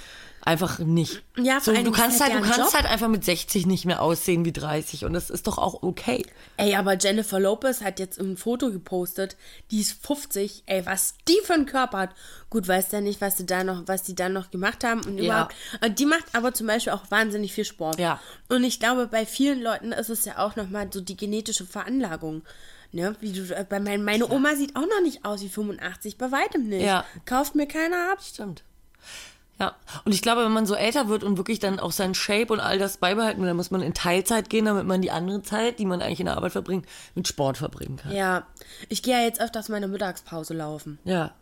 S1: Einfach nicht.
S2: Ja, vor
S1: so,
S2: allen
S1: du
S2: Dingen
S1: kannst
S2: ist halt
S1: halt, du
S2: deren
S1: kannst
S2: Job.
S1: halt einfach mit 60 nicht mehr aussehen wie 30 und das ist doch auch okay.
S2: Ey, aber Jennifer Lopez hat jetzt ein Foto gepostet, die ist 50. Ey, was die für einen Körper hat. Gut, weiß ja nicht, was sie da noch, was die da noch gemacht haben und
S1: Ja.
S2: überhaupt. Und die macht aber zum Beispiel auch wahnsinnig viel Sport.
S1: Ja.
S2: Und ich glaube, bei vielen Leuten ist es ja auch nochmal so die genetische Veranlagung. Ne? Wie du, äh, bei mein, meine Oma sieht auch noch nicht aus wie 85, bei weitem nicht.
S1: Ja.
S2: Kauft mir keiner ab.
S1: Stimmt. Ja, und ich glaube, wenn man so älter wird und wirklich dann auch sein Shape und all das beibehalten will, dann muss man in Teilzeit gehen, damit man die andere Zeit, die man eigentlich in der Arbeit verbringt, mit Sport verbringen kann.
S2: Ja. Ich gehe ja jetzt öfters meine Mittagspause laufen.
S1: Ja.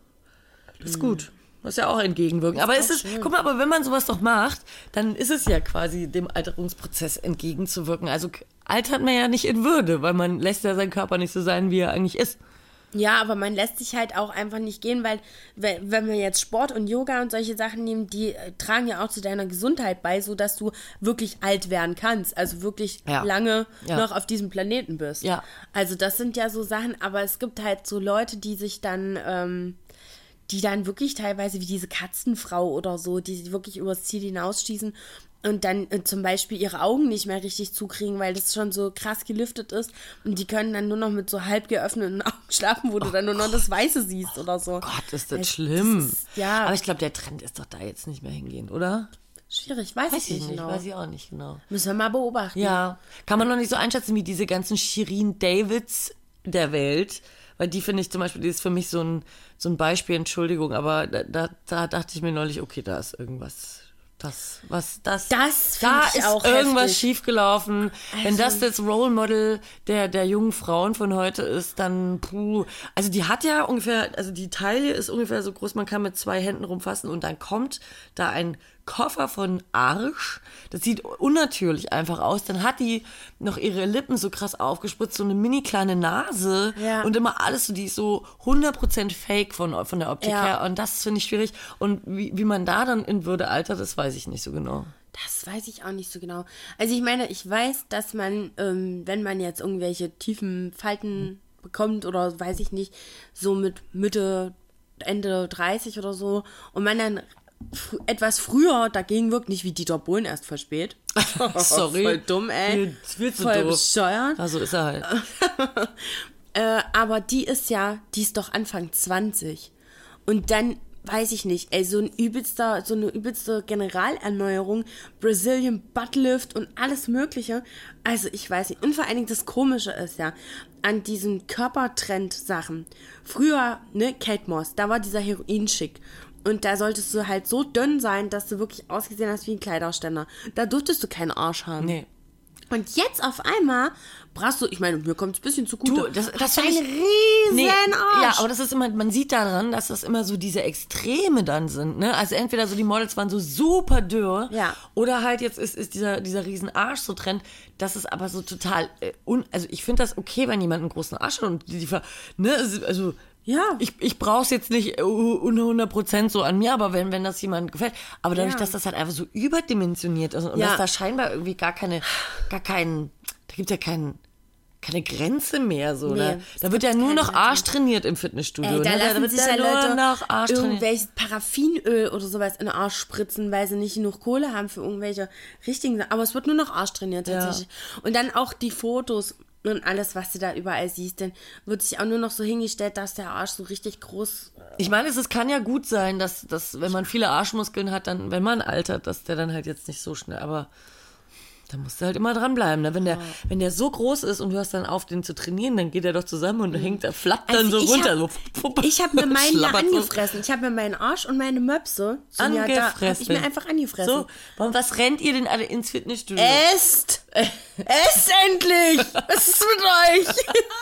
S1: Das ist gut. Muss ja auch entgegenwirken. aber es ist, guck mal, aber wenn man sowas doch macht, dann ist es ja quasi dem Alterungsprozess entgegenzuwirken. Also k- altert man ja nicht in Würde, weil man lässt ja seinen Körper nicht so sein, wie er eigentlich ist.
S2: Ja, aber man lässt sich halt auch einfach nicht gehen, weil we- wenn wir jetzt Sport und Yoga und solche Sachen nehmen, die äh, tragen ja auch zu deiner Gesundheit bei, so dass du wirklich alt werden kannst, also wirklich
S1: Ja.
S2: lange
S1: Ja.
S2: noch auf diesem Planeten bist.
S1: Ja.
S2: Also das sind ja so Sachen, aber es gibt halt so Leute, die sich dann, ähm, die dann wirklich teilweise wie diese Katzenfrau oder so, die sich wirklich übers Ziel hinausschießen und dann äh, zum Beispiel ihre Augen nicht mehr richtig zukriegen, weil das schon so krass gelüftet ist und die können dann nur noch mit so halb geöffneten Augen schlafen, wo du dann nur noch das Weiße siehst oder so.
S1: Oh Gott, ist das
S2: Es-
S1: schlimm.
S2: ist- ja,
S1: Aber ich glaube, der Trend ist doch da jetzt nicht mehr hingehend, oder?
S2: schwierig, weiß,
S1: Weiß
S2: ich
S1: ich
S2: nicht
S1: nicht,
S2: genau.
S1: weiß ich auch nicht genau.
S2: Müssen wir mal beobachten.
S1: Ja, kann man noch nicht so einschätzen wie diese ganzen Shirin Davids der Welt, weil die finde ich zum Beispiel, die ist für mich so ein, so ein Beispiel, Entschuldigung, aber da, da, da dachte ich mir neulich, okay, da ist irgendwas. Das, was, das,
S2: Das find
S1: da
S2: ich
S1: ist
S2: auch
S1: irgendwas
S2: heftig.
S1: schiefgelaufen. Wenn das
S2: Also
S1: das Role Model der, der jungen Frauen von heute ist, dann puh. Also die hat ja ungefähr, also die Taille ist ungefähr so groß, man kann mit zwei Händen rumfassen und dann kommt da ein Koffer von Arsch. Das sieht unnatürlich einfach aus. Dann hat die noch ihre Lippen so krass aufgespritzt, so eine mini kleine Nase
S2: Ja.
S1: und immer alles so, die ist so 100% fake von, von der Optik
S2: Ja.
S1: her. Und das finde ich schwierig. Und wie, wie man da dann in Würde altert, das weiß ich nicht so genau.
S2: Das weiß ich auch nicht so genau. Also ich meine, ich weiß, dass man, ähm, wenn man jetzt irgendwelche tiefen Falten bekommt oder weiß ich nicht, so mit Mitte, Ende 30 oder so und man dann fr etwas früher dagegen wirkt, nicht wie Dieter Bohlen erst voll spät.
S1: Sorry.
S2: Voll dumm, ey.
S1: Viel- viel zu
S2: voll
S1: doof.
S2: bescheuert.
S1: Also ist er halt.
S2: Äh, aber die ist ja, die ist doch Anfang 20. Und dann weiß ich nicht, ey, so ein übelster, so eine übelste Generalerneuerung, Brazilian Buttlift und alles Mögliche. Also ich weiß nicht. Und vor allen Dingen das Komische ist ja, an diesen Körpertrend-Sachen. Früher, ne, Kate Moss, da war dieser Heroin-Schick. Und da solltest du halt so dünn sein, dass du wirklich ausgesehen hast wie ein Kleiderständer. Da durftest du keinen Arsch haben.
S1: Nee.
S2: Und jetzt auf einmal brauchst du, ich meine, mir kommt es ein bisschen zugute.
S1: Du, das- das
S2: hast
S1: find
S2: einen
S1: ich-
S2: riesen Arsch.
S1: Ja, aber das ist immer, man sieht daran, dass das immer so diese Extreme dann sind, ne? Also entweder so die Models waren so super dürr,
S2: Ja.
S1: oder halt jetzt ist, ist dieser, dieser riesen Arsch so Trend, das ist aber so total, äh, un, also ich finde das okay, wenn jemand einen großen Arsch hat und die, die ver- ne, es- also,
S2: Ja.
S1: Ich, ich brauch's jetzt nicht äh, hu- 100% so an mir, aber wenn, wenn das jemand gefällt. Aber dadurch,
S2: Ja.
S1: dass das halt einfach so überdimensioniert ist und
S2: Ja.
S1: dass da scheinbar irgendwie gar keine, gar keinen, da gibt ja keinen, kein keine Grenze mehr. So,
S2: Nee,
S1: da,
S2: es
S1: da wird ja
S2: gibt
S1: nur
S2: keine
S1: noch Arsch trainiert im Fitnessstudio.
S2: Ey, da
S1: ne?
S2: lassen
S1: wird
S2: sich ja
S1: nur
S2: Leute
S1: noch Arsch trainiert.
S2: irgendwelches Paraffinöl oder sowas in den Arsch spritzen, weil sie nicht genug Kohle haben für irgendwelche richtigen Sachen. Aber es wird nur noch Arsch trainiert tatsächlich. Und dann auch die Fotos und alles, was du da überall siehst, dann wird sich auch nur noch so hingestellt, dass der Arsch so richtig groß...
S1: Ich meine, es, es kann ja gut sein, dass, dass wenn man viele Arschmuskeln hat, dann, wenn man altert, dass der dann halt jetzt nicht so schnell, aber da musst du halt immer dranbleiben. Ne? Wenn, der, wenn der so groß ist und du hast dann auf, den zu trainieren, dann geht er doch zusammen und hängt, er flappt dann
S2: Mhm. Also
S1: so
S2: ich
S1: runter.
S2: hab-
S1: so, pup,
S2: Ich habe mir meinen ja
S1: schlabbert so.
S2: angefressen. Ich habe mir meinen Arsch und meine Möpse... so, Ja, da hab
S1: Angefressen.
S2: ich mir einfach angefressen. Äh.
S1: So, warum, was rennt ihr denn alle ins Fitnessstudio?
S2: Esst! Esst endlich! Was ist mit euch?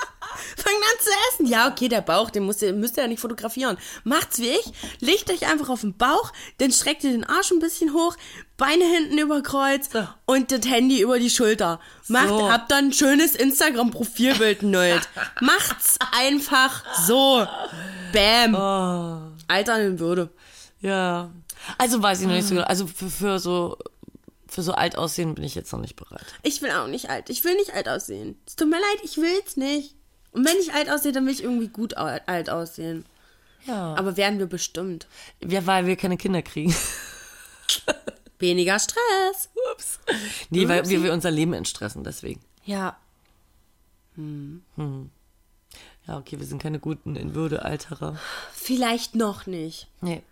S2: Fangt an zu essen. Ja, okay, der Bauch, den müsst ihr, müsst ihr ja nicht fotografieren. Macht's wie ich. Legt euch einfach auf den Bauch, dann streckt ihr den Arsch ein bisschen hoch, Beine hinten über Kreuz
S1: So.
S2: und das Handy über die Schulter. Macht,
S1: So.
S2: habt dann ein schönes Instagram-Profilbild, Nerd. Macht's einfach so. Bam. Alter in Würde.
S1: Oh, Ja. Also weiß ich noch nicht so genau. Also für, für so für so alt aussehen bin ich jetzt noch nicht bereit.
S2: Ich will auch nicht alt. Ich will nicht alt aussehen. Es tut mir leid, ich will's nicht. Und wenn ich alt aussehe, dann will ich irgendwie gut au- alt aussehen.
S1: Ja.
S2: Aber werden wir bestimmt.
S1: ja weil wir keine Kinder kriegen.
S2: Weniger Stress.
S1: Ups. Nee, weil wir, wir unser Leben entstressen, deswegen.
S2: Ja.
S1: Ja, okay, wir sind keine guten in Würde Alterer.
S2: Vielleicht noch nicht.
S1: Nee.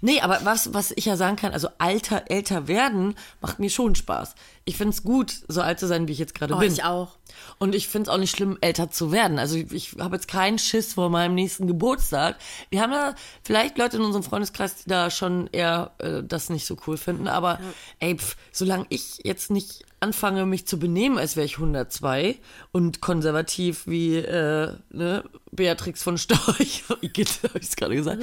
S1: Nee, aber was, was ich ja sagen kann, also alter, älter werden, macht mir schon Spaß. Ich find's gut, so alt zu sein, wie ich jetzt gerade
S2: Oh,
S1: bin.
S2: ich auch.
S1: Und ich find's auch nicht schlimm, älter zu werden. Also ich, ich habe jetzt keinen Schiss vor meinem nächsten Geburtstag. Wir haben da vielleicht Leute in unserem Freundeskreis, die da schon eher äh, das nicht so cool finden. Aber ey, pf, solange ich jetzt nicht anfange, mich zu benehmen, als wäre ich 102 und konservativ wie äh, ne, Beatrix von Storch, habe ich gerade gesagt.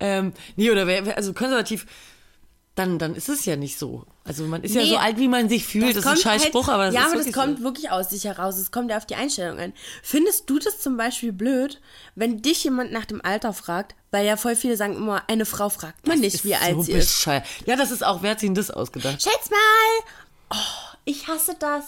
S1: Ähm, nee, oder wer, wer- also konservativ, dann, dann ist es ja nicht so. Also man ist ja
S2: Nee.
S1: so alt, wie man sich fühlt. Das, ist ein scheiß
S2: halt-
S1: Spruch, aber das
S2: ja,
S1: ist
S2: aber das
S1: wirklich so.
S2: kommt wirklich aus sich heraus. Es kommt ja auf die Einstellung an. Findest du das zum Beispiel blöd, wenn dich jemand nach dem Alter fragt? Weil ja voll viele sagen immer, eine Frau fragt man nicht, wie alt
S1: so
S2: sie ist.
S1: bescheuert. Ja, das ist auch, wer hat sich denn das ausgedacht?
S2: Schätz mal! Oh, ich hasse das.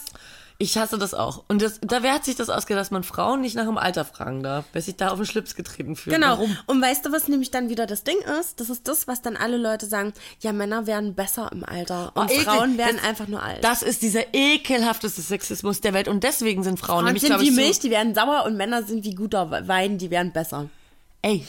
S1: Ich hasse das auch. Und das, da, wer hat sich das ausgedacht, dass man Frauen nicht nach dem Alter fragen darf, wer sich da auf den Schlips getreten fühlt?
S2: Genau.
S1: Warum?
S2: Und weißt du, was nämlich dann wieder das Ding ist? Das ist das, was dann alle Leute sagen, ja, Männer werden besser im Alter und
S1: Oh, ekel.
S2: Frauen werden
S1: Das-
S2: einfach nur alt.
S1: Das ist dieser ekelhafteste Sexismus der Welt und deswegen sind Frauen
S2: Frauen
S1: nämlich,
S2: sind
S1: glaube
S2: wie
S1: ich,
S2: Milch,
S1: so,
S2: die werden sauer und Männer sind wie guter Wein, die werden besser.
S1: ey,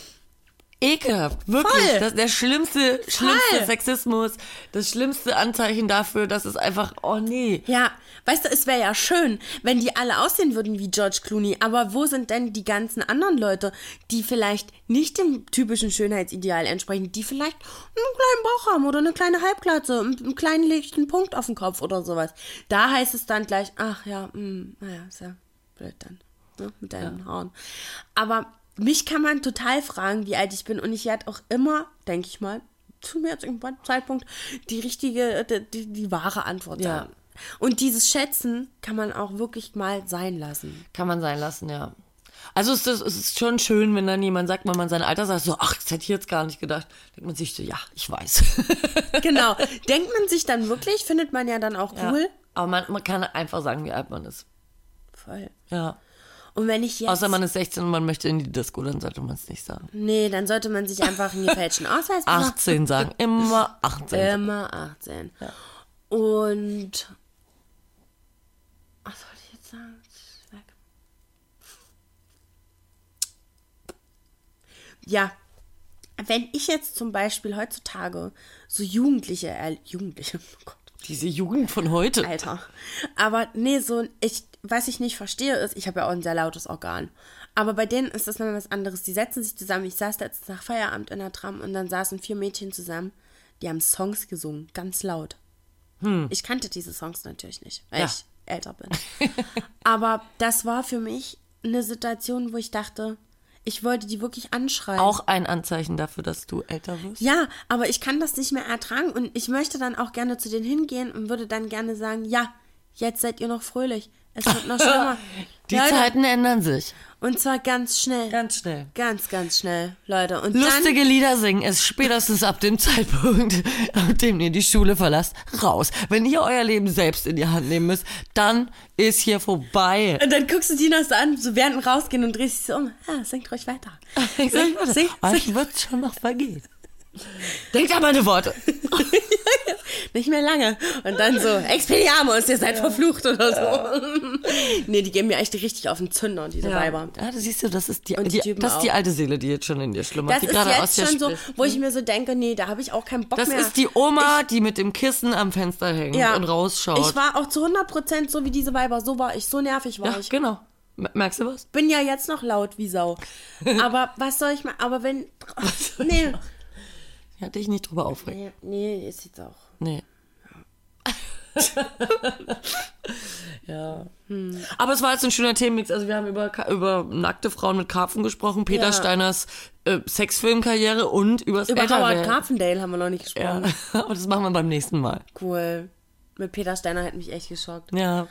S1: ekelhaft, wirklich.
S2: Voll.
S1: Das, der schlimmste, schlimmste
S2: Voll.
S1: Sexismus, das schlimmste Anzeichen dafür, dass es einfach, oh nee.
S2: Ja, weißt du, es wäre ja schön, wenn die alle aussehen würden wie George Clooney, aber wo sind denn die ganzen anderen Leute, die vielleicht nicht dem typischen Schönheitsideal entsprechen, die vielleicht einen kleinen Bauch haben oder eine kleine Halbglatze, einen, einen kleinen lichten Punkt auf dem Kopf oder sowas. Da heißt es dann gleich, ach ja, mh, naja, ist ja blöd dann, ne, mit deinen Haaren. Aber mich kann man total fragen, wie alt ich bin und ich werde auch immer, denke ich mal, zu mir jetzt irgendwann Zeitpunkt die richtige, die, die, die wahre Antwort
S1: Ja.
S2: sagen. Und dieses Schätzen kann man auch wirklich mal sein lassen.
S1: Kann man sein lassen, ja. Also es ist, es ist schon schön, wenn dann jemand sagt, wenn man sein Alter sagt, so, ach, das hätte ich jetzt gar nicht gedacht. Denkt man sich so, ja, ich weiß.
S2: Genau. Denkt man sich dann wirklich, findet man ja dann auch
S1: Ja.
S2: cool.
S1: Aber man, man kann einfach sagen, wie alt man ist.
S2: Voll.
S1: Ja.
S2: Und wenn ich jetzt.
S1: Außer man ist 16 und man möchte in die Disco, dann sollte man es nicht sagen.
S2: nee, dann sollte man sich einfach einen gefälschten Ausweis machen.
S1: 18 sagen, immer 18.
S2: Immer 18. Und. Was soll ich jetzt sagen? Das ist weg. Ja. Wenn ich jetzt zum Beispiel heutzutage so Jugendliche, erl- Jugendliche, oh Gott,
S1: Diese Jugend von heute.
S2: Alter. Aber nee, so, ich, was ich nicht verstehe, ist, ich habe ja auch ein sehr lautes Organ. Aber bei denen ist das dann was anderes. Die setzen sich zusammen. Ich saß letztens nach Feierabend in der Tram und dann saßen vier Mädchen zusammen. Die haben Songs gesungen, ganz laut. Ich kannte diese Songs natürlich nicht, weil
S1: Ja.
S2: ich älter bin. Aber das war für mich eine Situation, wo ich dachte, ich wollte die wirklich anschreien.
S1: Auch ein Anzeichen dafür, dass du älter wirst.
S2: Ja, aber ich kann das nicht mehr ertragen und ich möchte dann auch gerne zu denen hingehen und würde dann gerne sagen, ja, jetzt seid ihr noch fröhlich. Es wird noch schlimmer.
S1: Die
S2: Leute,
S1: Zeiten ändern sich.
S2: Und zwar ganz schnell.
S1: Ganz schnell.
S2: Ganz, ganz schnell, Leute. Und
S1: Lustige Lieder singen ist spätestens ab dem Zeitpunkt, ab dem ihr die Schule verlasst, raus. Wenn ihr euer Leben selbst in die Hand nehmen müsst, dann ist hier vorbei.
S2: dann, und dann guckst du Tina so an, so während dem Rausgehen und drehst dich so um. Ja, singt ruhig weiter.
S1: Äh,
S2: Singt, singt,
S1: Euch
S2: singt.
S1: wird schon noch vergehen. Denkt an meine Worte.
S2: Nicht mehr lange. Und dann so, Expelliarmus, ihr seid verflucht oder so. nee, die gehen mir echt richtig auf den Zünder, diese Weiber.
S1: Ja, das Ah, siehst du, das ist die,
S2: Und die
S1: die,
S2: Typen
S1: das ist die
S2: auch.
S1: alte Seele, die jetzt schon in dir schlummert.
S2: Das
S1: die
S2: ist
S1: gerade aus
S2: jetzt
S1: der
S2: schon so,
S1: Spitze-
S2: wo ich mir so denke, nee, da habe ich auch keinen Bock
S1: Das
S2: mehr.
S1: ist die Oma, die mit dem Kissen am Fenster hängt und rausschaut.
S2: Ich war auch zu 100% so wie diese Weiber, so war ich, so nervig war
S1: ja,
S2: ich.
S1: genau. M- Merkst du was?
S2: Bin ja jetzt noch laut wie Sau. Aber was soll ich mal, aber wenn nee,
S1: Ja, dich nicht drüber aufregen.
S2: nee, nee, ist jetzt auch.
S1: Nee. ja. Aber es war jetzt ein schöner Themenmix. Also wir haben über, Ka- über nackte Frauen mit Karpfen gesprochen, Peter
S2: Ja.
S1: Steiners äh, Sexfilmkarriere und übers
S2: Über Howard
S1: Älterwerden.
S2: Carpendale haben wir noch nicht gesprochen.
S1: Ja. Aber das machen wir beim nächsten Mal.
S2: Cool. Mit Peter Steiner hat mich echt geschockt.
S1: Ja,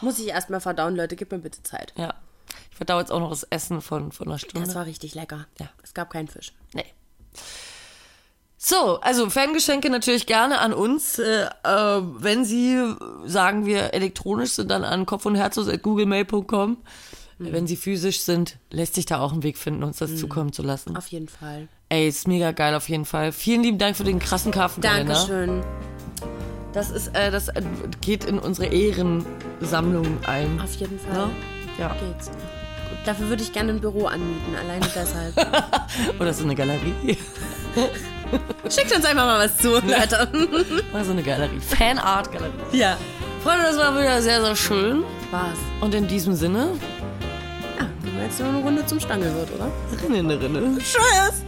S2: Muss ich erstmal verdauen, Leute, gib mir bitte Zeit.
S1: ja. Ich verdau jetzt auch noch das Essen von, von einer Stunde.
S2: Das war richtig lecker.
S1: Ja.
S2: Es gab keinen Fisch.
S1: Nee. So, also Fangeschenke natürlich gerne an uns. Äh, äh, wenn sie, äh, sagen wir, elektronisch sind, dann an kopf und herzlos.googlemail.com. Wenn sie physisch sind, lässt sich da auch ein Weg finden, uns das zukommen zu lassen.
S2: Auf jeden Fall.
S1: Ey, ist mega geil auf jeden Fall. Vielen lieben Dank für den krassen Karpfenkalender.
S2: Dankeschön.
S1: Das ist, äh, das äh, geht in unsere Ehrensammlung ein.
S2: Auf jeden Fall.
S1: Ja? Ja.
S2: Geht's. Dafür würde ich gerne ein Büro anmieten, alleine deshalb.
S1: Oder so eine Galerie.
S2: Schickt uns einfach mal was zu, Leute.
S1: Oder so eine Galerie. Fanart-Galerie.
S2: ja.
S1: Freunde, das war wieder sehr, sehr schön.
S2: War's.
S1: Und in diesem Sinne,
S2: Ja, wenn wir jetzt nur eine Runde zum Stange wird, oder?
S1: Rinne, Rinne.
S2: Tschüss!